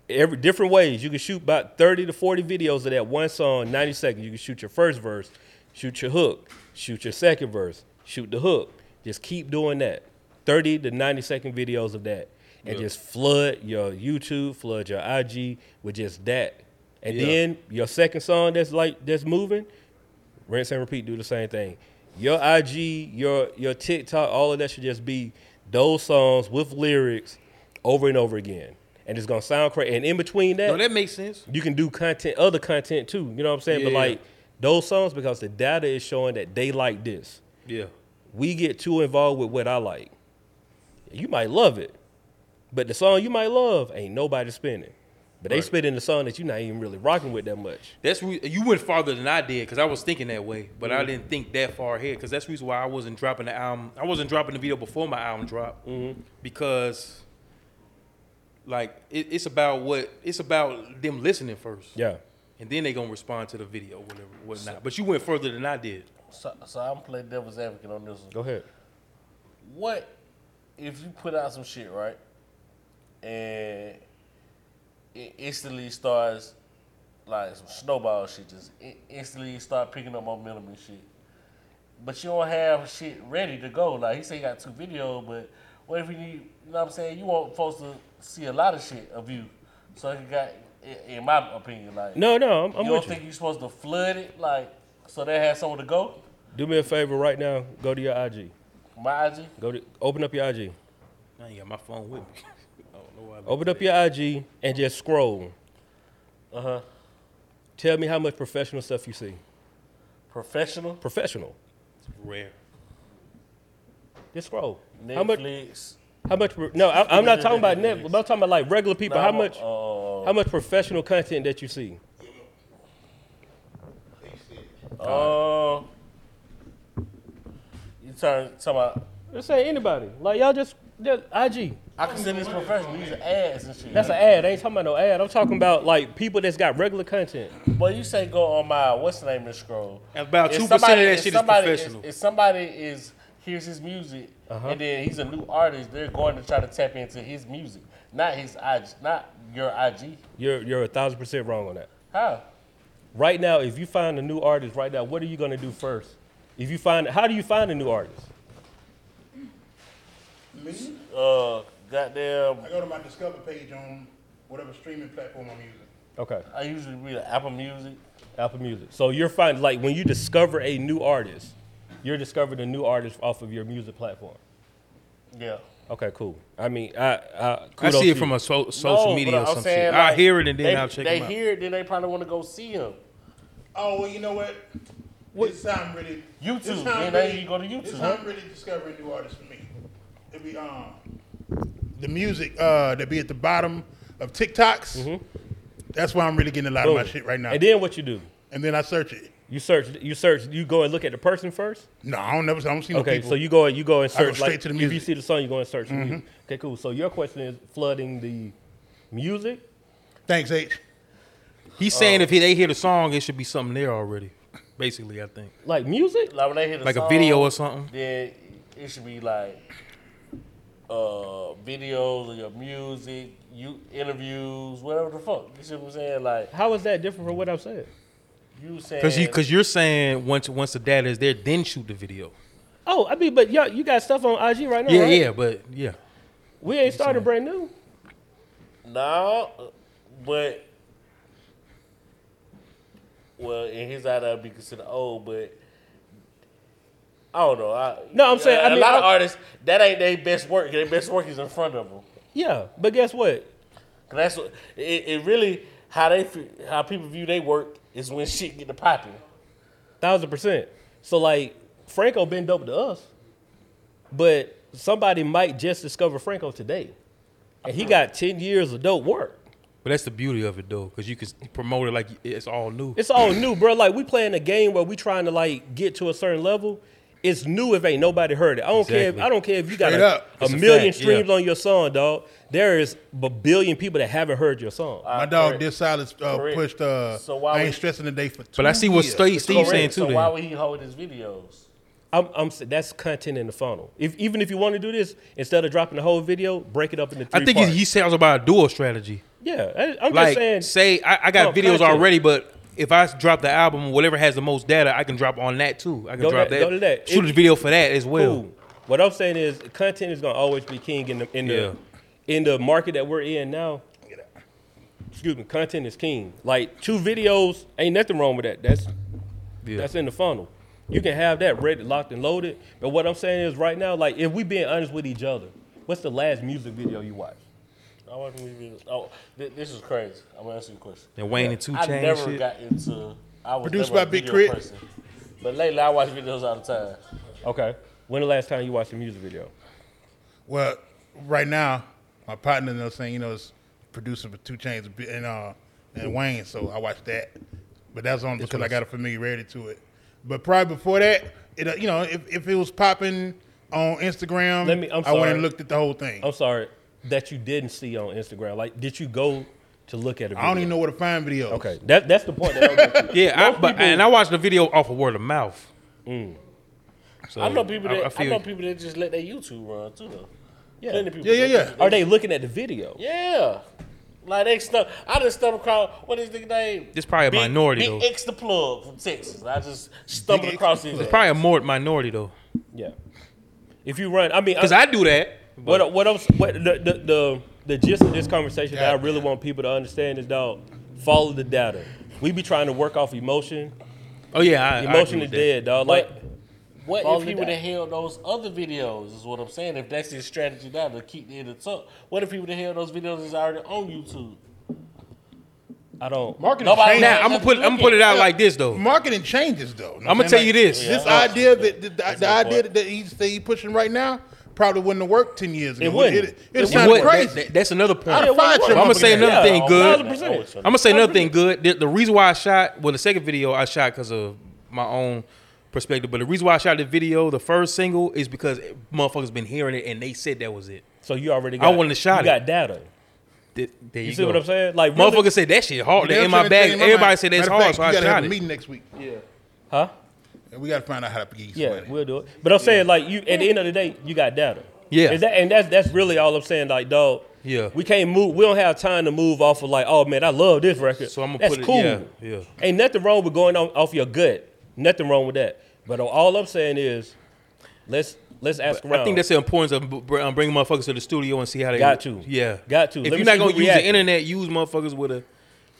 every different ways. You can shoot about 30 to 40 videos of that one song, 90 seconds. You can shoot your first verse, shoot your hook, shoot your second verse, shoot the hook. Just keep doing that. 30 to 90 second videos of that. And just flood your YouTube, flood your IG with just that. And Yeah. then your second song that's like that's moving, rinse and repeat, do the same thing. Your IG, your your TikTok, all of that should just be those songs with lyrics over and over again. And it's gonna sound crazy. And in between that, No, that makes sense. you can do content, other content too. You know what I'm saying? but Yeah. like those songs, because the data is showing that they like this. Yeah. We get too involved with what I like. You might love it, but the song you might love ain't nobody spinning. But they Right. spinning the song that you're not even really rocking with that much. That's re- you went farther than I did because I was thinking that way, but I didn't think that far ahead because that's the reason why I wasn't dropping the album. I wasn't dropping the video before my album dropped because, like, it, it's about what it's about them listening first, Yeah. and then they gonna respond to the video, whatever, whatnot. But you went further than I did. So, so I'm playing devil's advocate on this one. Go ahead. What if you put out some shit, right? And it instantly starts like some snowball shit, just it instantly start picking up momentum and shit. But you don't have shit ready to go. Like he said, he got two videos, but what if you need? You know what I'm saying? You want folks to see a lot of shit of you, so it got, i- in my opinion, like No, no, I'm, I'm you with don't you. think you're supposed to flood it, like so they have somewhere to go. Do me a favor right now. Go to your IG. My IG. Go to open up your IG. I ain't got my phone with me. [laughs] I don't know why. I looked Open at up your IG and just scroll. Uh huh. Uh-huh. Tell me how much professional stuff you see. Professional. Professional. it. rare. Just scroll. Netflix, How much? How much? pro- No, I, I'm not talking about net. I'm talking about like regular people. No, how I'm- much? uh, how much professional content that you see? Uh, you turn talking about. Just say anybody. Like y'all just, just IG. I consider this professional. These are ads and shit. That's an ad. I ain't talking about no ad. I'm talking about like people that's got regular content. But you say go on my what's the name of the scroll? About If 2% of somebody- that if shit is somebody professional. If, somebody is hears his music Uh-huh. and then he's a new artist, they're going to try to tap into his music, not his IG, not your IG. You're you're a thousand percent wrong on that. How? Right now, if you find a new artist right now, what are you gonna do first? If you find, how do you find a new artist? Me? Uh, goddamn. I go to my Discover page on whatever streaming platform I'm using. Okay, I usually read Apple Music. Apple Music. So you're finding like when you discover a new artist, you're discovering a new artist off of your music platform. Yeah. Okay, cool. I mean, I, I, I kudos see it to from you. a so, social No, media but or I'm some saying, shit. I like, hear it and then they, I'll check They him out. hear it, then they probably want to go see him. Oh well, you know what? This time really YouTube, This man, time now really, you go to This YouTube. time really discovering new artists for me. It'd be um the music uh that be at the bottom of TikToks. That's why I'm really getting a lot of my Boom. shit right now. And then what you do? And then I search it. You search. You search. You go and look at the person first. No, I don't never. I don't see no Okay, people. so you go and you go and I go search. straight like, to the If you music. Mm-hmm. see the song, you go and search. the music. Okay, cool. So your question is flooding the music. Thanks, H. He's saying if he, they hear the song, it should be something there already. Basically, I think Like music? Like when they hit the like song, a video or something. Then it should be like uh, videos of your music, you interviews, whatever the fuck. You see what I'm saying? Like How is that different from what I've said? you saying Because you because you're saying once once the data is there, then shoot the video. Oh, I mean, but y'all, you got stuff on IG right now, Yeah, right? yeah, but yeah. We ain't started brand new. no, uh, but well, in his eye that'd be considered old, but. I don't know. I, No, I'm saying, a I mean, lot of I- artists that ain't their best work. Their best work is in front of them. Yeah, but guess what? Cause that's what it, it really how they fe- how people view they work is when [laughs] shit get to popping. Thousand percent. So like, Franco been dope to us, but somebody might just discover Franco today, and he got ten years of dope work. But that's the beauty of it though, because you can s- promote it like it's all new. It's all new, bro. Like we playing a game where we trying to like get to a certain level. It's new if ain't nobody heard it. I don't care. If, Exactly. I don't care if you got Straight a, up. a It's a million fact, yeah. streams on your song, dog. There is a billion people that haven't heard your song. My dog correct. did silence uh, Correct. pushed. Uh, So why I ain't would- stressing the day for. Two but I see what years. Steve, Steve's saying Correct. too. So then. why would he hold his videos? I'm, I'm s- that's content in the funnel. If even if you want to do this, instead of dropping the whole video, break it up into three I think he, parts. he sounds about a dual strategy. yeah, I, am Like just saying. say I, I got Oh, videos content. already, but if I s- drop the album, whatever has the most data, I can drop on that too. I can Go drop that- that, go to that. shoot It- a video for that as well. Cool. What I'm saying is content is gonna always be king in the in the in the market that we're in now. Excuse me, content is king. Like two videos, ain't nothing wrong with that. That's Yeah. that's in the funnel. You can have that ready, locked, and loaded. But what I'm saying is right now, like if we being honest with each other, what's the last music video you watched? I want him to be- Oh, th- this is crazy. I'm gonna ask you a question. And Wayne and Two I Chainz never shit. got into. I was Produced never by a Big video Crit. Person. But lately, I watch videos all the time. Okay. When the last time you watched a music video? Well, right now, my partner knows saying you know is producer for Two Chains and uh and Wayne, so I watch that. But that's only because I got a familiarity to it. But probably before that, it uh, you know if, if it was popping on Instagram, Let me- I'm I went sorry. and looked at the whole thing. I'm sorry that you didn't see on Instagram. Like, did you go to look at a video? I don't even know where to find videos. Okay, that, that's the point. That I'm getting to. [laughs] Yeah, I, Most but, people- and I watched the video off of word of mouth. So Mm. I know people that I, Uh, feel know you. people that just let their YouTube run too though. Yeah. Plenty of people. Yeah, yeah, that yeah. just- Are they looking at the video? Yeah. Like they stuff. I just stumbled across what is the name? It's probably a Big- minority, Big though. X the plug from Texas. I just stumbled Big X across the his. Plug. It's probably a more minority though, Yeah. If you run, I mean, because I- I do that. but- what what else? What the the the, the gist of this conversation that I really Goddamn. want people to understand is, dog, follow the data. We be trying to work off emotion. oh yeah, I, I agree Emotion with is that. dead, dog. Like, But what Follow if he the would have data. held those other videos? Is what I'm saying. If that's his strategy now to keep the end of tuck. What if he would have held those videos that's already on YouTube? I don't. Marketing Nobody changes. Now I'm gonna put I'm gonna put it out like this though. Marketing changes though. I'm gonna tell you this. This Yeah. idea that the, the a good idea point. that he's that he pushing right now probably wouldn't have worked ten years ago. wouldn't. It, it, it It sounded wouldn't. crazy. That- that's another point. I'd I'm have fired wouldn't. your gonna mother say now. another thing good. 100%. I'm gonna say another thing good. The, the reason why I shot well, the second video I shot because of my own perspective, but the reason why I shot the video, the first single, is because motherfuckers been hearing it and they said that was it. So you already I got wanted to shot you it. got data. Th- there you, You see go. what I'm saying? Like really- Motherfuckers said that shit hard. That Damn in my sure bag. thing Everybody mind. said that's Matter of hard, fact, so I you gotta shot have a it. meeting next week. Huh? And we gotta find out how to get you some Yeah, money. we'll do it. But I'm saying, like, you at the end of the day, you got data. Yeah. and, that, and that's that's really all I'm saying. Like, dog, Yeah. we can't move. We don't have time to move off of like, oh man, I love this record. So I'ma that's put it- cool. yeah, yeah. Ain't nothing wrong with going on off your gut. Nothing wrong with that. But all I'm saying is, let's let's ask around. I think that's the importance of br- um, bringing motherfuckers to the studio and see how they Got to. Yeah, Got to. If Let me you're not see who gonna use react. the internet, use motherfuckers with a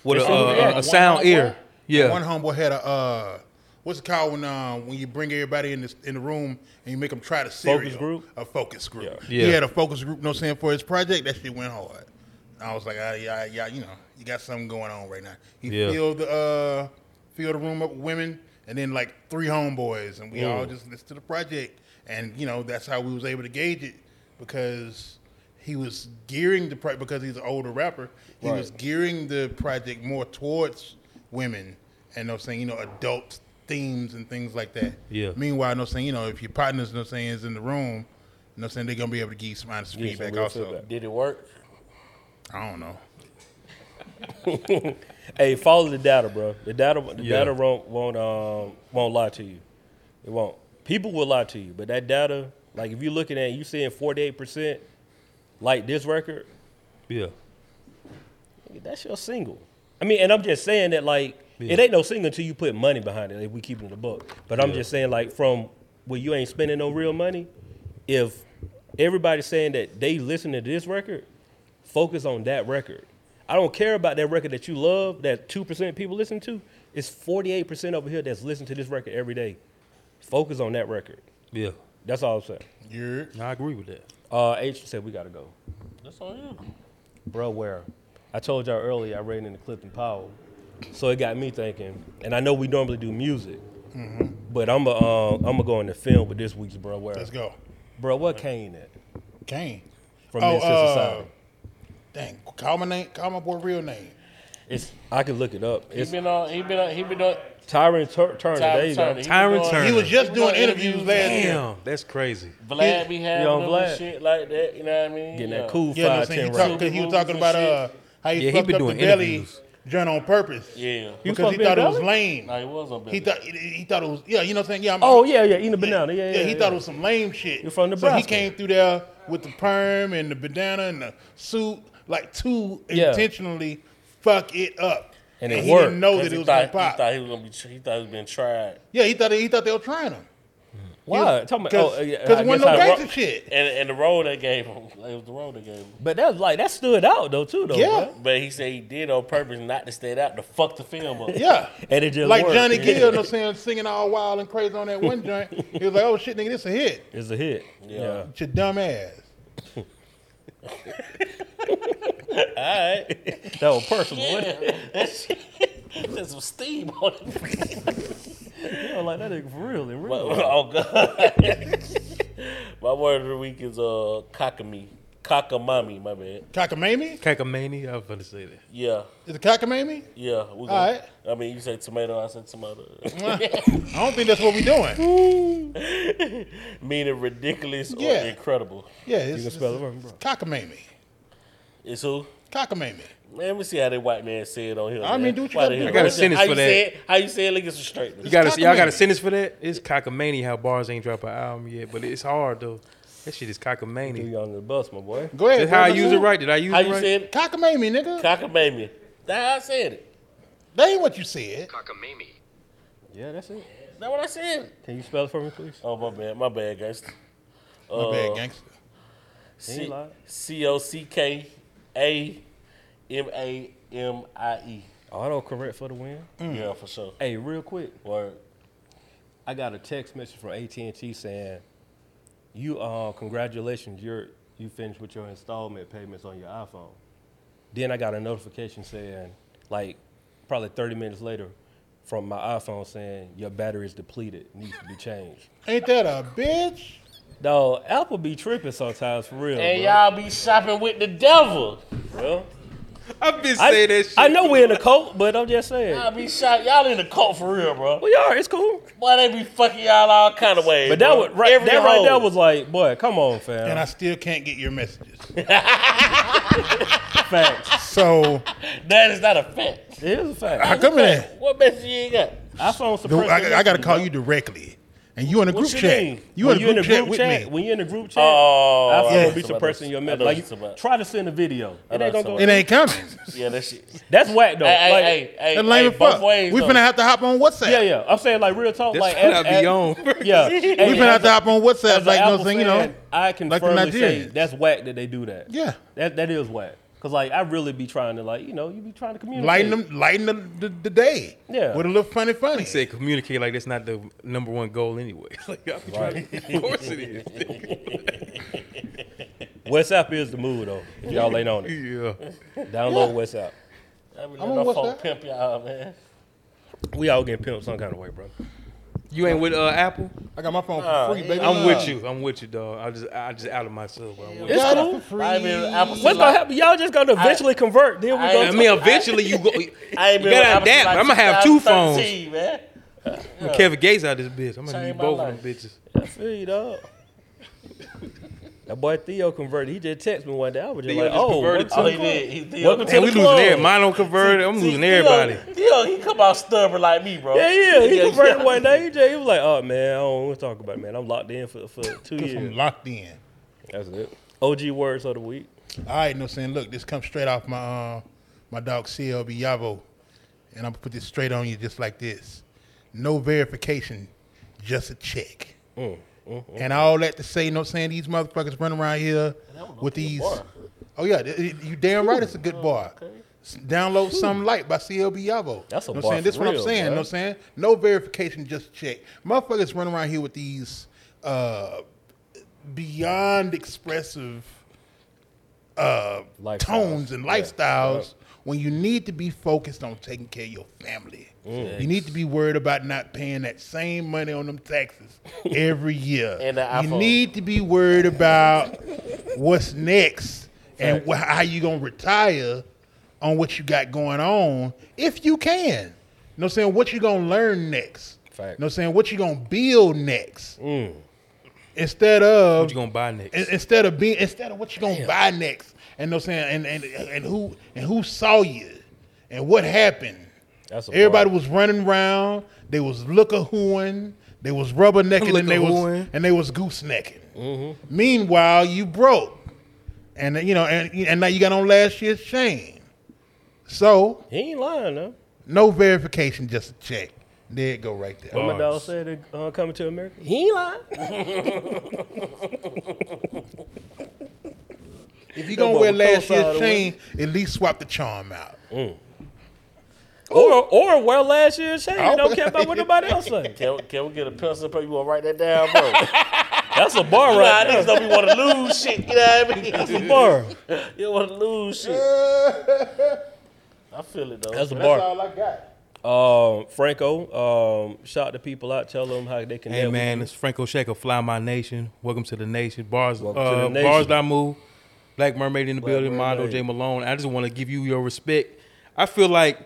with a, see who uh, react. a sound ear. Yeah, One homeboy had a uh, what's it called when uh, when you bring everybody in this in the room and you make them try the cereal? group? A focus group. Yeah. He Yeah. had a focus group. No saying for his project. That shit went hard. I was like, ah, yeah, yeah, you know, you got something going on right now. He Yeah. filled the uh, filled the room up with women and then like three homeboys and we all just listened to the project and you know that's how we was able to gauge it because he was gearing the project because he's an older rapper. He Right. was gearing the project more towards women and no saying you know adult themes and things like that. Yeah. Meanwhile, no saying you know if your partners no saying is in the room, no saying they're gonna be able to give you some honest some feedback real also. feedback. Did it work? I don't know. hey, follow the data, bro. The data, the Yeah. data won't won't um, won't lie to you. It won't. People will lie to you, but that data, like if you're looking at, it, you seeing 48 percent, like this record, yeah. nigga, that's your single. I mean, and I'm just saying that like it ain't no single until you put money behind it. If we keeping the book, but I'm Yeah. just saying like from where you ain't spending no real money, if everybody's saying that they listen to this record, focus on that record. I don't care about that record that you love that two percent people listen to. It's 48 percent over here that's listening to this record every day. Focus on that record. Yeah, That's all I'm saying. You're I agree with that. Uh, H said we gotta go. That's on you. bro, where? I told y'all earlier I ran into Clifton Powell, so it got me thinking. And I know we normally do music, Mm-hmm. but I'm a, uh, I'm gonna go into film with this week's bro. Where? let's go. Bro, what Kane at Kane. from Oh, Men's uh, Society? Dang, call my name. Call my boy real name. It's I can look it up. He It's been on. He been on. He been on. Tyron Tur- Turner. There Tyron you Turner. go. Tyron been on- Turner. He was just he been on doing interviews last year. Damn, that's crazy. Vlad be having on them Vlad. and shit like that. You know what I mean? Getting Yeah. that cool Yeah, no, five saying ten he, right. talk, 'cause he was Movies talking and about shit. uh how he Yeah, he fucked been up doing the belly interviews. joint on purpose. Yeah. You because supposed to he be thought in it was Belly? lame. No, he was on Belly. He thought he thought it was yeah. You know what I'm saying? Yeah. I'm, Oh yeah, yeah, eating a banana. Yeah, yeah. he yeah. thought it was some lame shit. You're from So he Nebraska. came through there with the perm and the bandana and the suit, like to Yeah. intentionally fuck it up. And it he worked, didn't know Because that it he was thought, gonna he pop. thought he was gonna be. He thought he was being tried. yeah, he thought he thought they were trying him. Why? Talking about Because oh, yeah, I it wasn't guess no I- gangster shit. And and the role they gave him, it was the role they gave him. But that was like that stood out though too though. Yeah. bruh. But he said he did on purpose not to stand out to fuck the film up. Yeah. And it just Like worked. Johnny Yeah. Gill, [laughs] you know what I'm saying, singing all wild and crazy on that one joint. He was like, oh shit, nigga, this a hit. It's a hit. yeah. It's your dumb ass. That was personal. wasn't it? That's there's some steam on it. Yeah, like that nigga for real. In real. [laughs] oh god. my word of the week is uh cockamy. Cockamami, my bad. Cockamamie? Cacamani, I was gonna say that. Yeah, Is it cockamamie? yeah. we gonna- Alright. I mean, you say tomato, I said tomato. [laughs] I don't think that's what we doing. Meaning ridiculous Yeah. or incredible. Yeah, it's, You can it's, spell it wrong, bro. cockamamie. It's who? Cockamamie. Man, we see how that white man say it on here. I mean, man. do what you Why gotta the do. hell? I got a How sentence you for that. say it- How you say it? Like it's a straightness. You gotta, y'all got a cockamamie. sentence for that? It's cockamani how bars ain't drop an album yet, but it's hard though. That shit is You cockamani. you on the bus, my boy. Go ahead. That's how I brother. use it right. Did I use How it you right? say it? Cockamamie, nigga. Cockamamie. That's how I said it. that ain't what you said. cockamamie. Yeah, that's it. Is that what I said? Can you spell it for me, please? Oh my bad, my bad, guys. Uh, My bad, gangster. He lied. C O C K A M A M I E. Auto correct for the win. Yeah, for sure. Hey, real quick, Word. I got a text message from AT and T saying, "You uh, congratulations, you're you finished with your installment payments on your iPhone." Then I got a notification saying, like, probably 30 minutes later, from my iPhone saying your battery is depleted, needs to be changed. Ain't that a bitch? Dog, Apple be tripping sometimes for real. And bro. y'all be shopping with the devil. Well, I've been I, saying that shit. I know we in a cult, but I'm just saying. Y'all be shop. Y'all in the cult for real, bro. Well, y'all, it's cool. Boy, they be fucking y'all all kind of ways. But that bro. was right. Every that right hole. there was like, boy, come on, and I fam. still can't get [laughs] your messages. Facts. So That is not a fact. It is a I [laughs] fact. come in there. What message you ain't got? iPhone The- suppressor. I, got to call you directly, and you in a group What you chat. mean? You when in a group chat with me. When you in a group chat, Oh, I iPhone know will be what you suppressing about. your I message. know Like, what you about. try to send a video. It know ain't what gonna you go. It [laughs] ain't coming. Yeah, that shit. That's whack though. Hey, hey, like, hey, hey, That lame hey, as both fuck. ways. We though. finna have to hop on WhatsApp. Yeah, yeah. I'm saying like real talk. That's like what as- I be as- on. [laughs] [laughs] [laughs] Yeah, We finna have to hop on WhatsApp. Like no thing, you know. I can like the firmly say Nigerians. that's whack that they do that. Yeah. that that is whack. Cause like I really be trying to like you know you be trying to communicate. Lighten them, lighten the, the, the day. Yeah. with a little funny, funny. He said communicate like that's not the number one goal anyway. [laughs] Like, I'm trying to, of course it [laughs] is. WhatsApp is the move though. If y'all ain't [laughs] on it, yeah. download WhatsApp. I be on letting no folk WhatsApp. pimp y'all, man. We all getting pimped some kind of way, bro. You ain't with uh, Apple? I got my phone for free, baby. I'm Nah. with you. I'm with you, dog. I just I just out of myself. but I'm with you. It's Got it cool. for free. I ain't been Apple What's gonna happen? Y'all just gonna eventually convert. Then we I- go. I to- mean, eventually you go. [laughs] I ain't You been with gotta Apple adapt. since, like, I'ma have two phones. 2013, man. When Kevin Gates out this bitch. I'm gonna Change need my both life. of them bitches. [laughs] I feel you, dog. That boy Theo converted. He just texted me one day. I was just Theo like, just "Oh, converted welcome Oh, to he the club." did. He did. Welcome to And the we losing club. everybody. Mine don't convert. I'm losing Theo- everybody. Theo, he come out stubborn like me, bro. Yeah, yeah. He Yeah, converted yeah. one day. He, just, he was like, "Oh man, I don't want to talk about it, man. I'm locked in for, for two I'm years. locked in. That's it. OG words of the week. All right, no saying. Look, this comes straight off my uh, my dog CLB Yavo, and I'm gonna put this straight on you just like this. No verification, just a check. Mm, And all that to say, no saying these motherfuckers run around here with these. bar. Oh yeah, it- it- you damn right, it's a good bar. S- Download some light by CLB Yavo. That's a know what I'm bar saying? This for what I'm real, saying. bruh. No saying no verification, just a check. Motherfuckers run around here with these uh, beyond expressive uh, Lifestyles. tones and Yeah. lifestyles when you need to be focused on taking care of your family. You need to be worried about not paying that same money on them taxes every year. And the you iPhone. need to be worried about what's next and wh- how you gonna retire on what you got going on if you can. You know what I'm saying? What you gonna learn next? Fact. You know what I'm saying? What you gonna build next? Instead of What you gonna buy next? in- instead of being instead of what you gonna buy next and no saying and, and and who and who saw you and what happened That's a everybody bar. was running around they was looker-hooing they was rubbernecking and they was Looker-hooing. and they was goosenecking Mm-hmm. meanwhile you broke and you know and, and now you got on last year's chain so He ain't lying though. no verification just a check there it go right there What my dog Bars. said it, uh, coming to America. He ain't lying. if you gonna boy wear was last cold-sided, year's chain at least swap the charm out Or or wear last year's chain. Oh. Don't care about [laughs] what nobody else say. Can, can we get a pencil and paper? You want to write that down, bro? That's a bar Nah, right there. niggas don't be want to lose shit. You know what I mean? That's a bar. You don't want to lose shit. I feel it though. That's a Man, bar. i got Um, Franco, um, shout the people out. Tell them how they can. Hey network man, you. it's Franco Shaker, Fly My Nation. Welcome to the nation. Bars, Welcome uh, to the nation. bars that I move. Black Mermaid in the building. Mondo Mermaid. J Malone. I just want to give you your respect. I feel like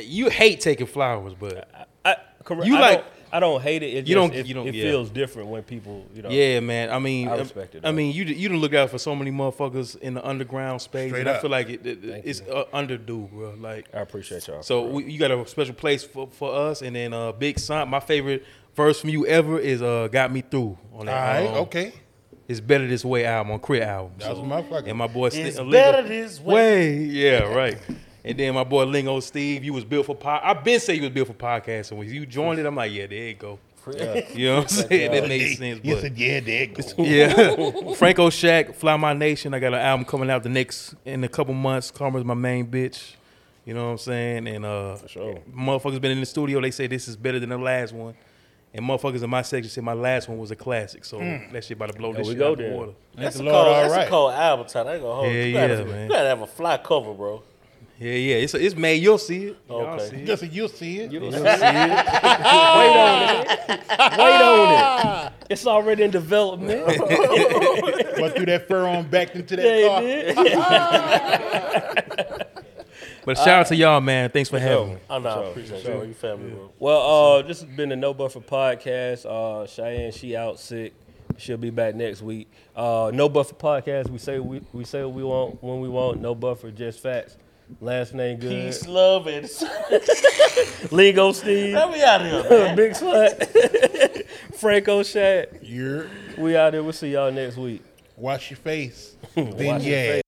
you hate taking flowers, but I, correct. You I like- Don't, I don't hate it. It just, You don't- It, you don't- it yeah. feels different when people. You know. yeah, man. I mean, I I, respect it, I though. mean, you you done look out for so many motherfuckers in the underground space. Straight and up. I feel like it, it- it's you. uh, underdue, bro. Like I appreciate y'all. So we, you got a special place for, for us, and then uh, Big Son. My favorite verse from you ever is uh, "Got Me Through" on all that. right um, okay It's better this way album on Crit album. That was So- my fucking- And my boy Sti- It's Lingo- better this way. Yeah, right. And then my boy Lingo Steve, you was built for pod. I've been saying you was built for podcasting. When you joined it, I'm like, yeah, there you go. You know what I'm saying? That Hey, makes sense. you but- said yeah there it [laughs] go yeah. Franco Shack, Fly My Nation. I got an album coming out the next in a couple months. Karma's my main bitch. You know what I'm saying? And uh sure. motherfuckers been in the studio, they say this is better than the last one. And motherfuckers in my section say my last one was a classic. So that shit about to blow Hmm. There this we shit go out the then. water. That's, the a, Lord, cold, all that's right. a cold album title. I ain't gonna hold Yeah, you. You gotta, yeah, have, man. you gotta have a fly cover, bro. Yeah, yeah. It's it's made you'll see it. Y'all Okay. see it. [laughs] Just so you'll see it. Wait on it. Wait on it. [laughs] It's already in development. But threw that fur on back into that [laughs] yeah, car. it did. But shout out to y'all, man. Thanks for having me. Oh, no, I Sure, appreciate sure. you. You family, bro. Well, uh, this has been the No Buffer podcast. Uh, Cheyenne, she out sick. She'll be back next week. Uh, no Buffer podcast. We say we we say what we want when we want. No Buffer, just facts. Last name good. Peace, love, and [laughs] Lego Steve. [laughs] let me out of here, man. Big Slut. [laughs] Franco Shad. You're We out there. We'll see y'all next week. [laughs] wash your face. then Wash your yeah.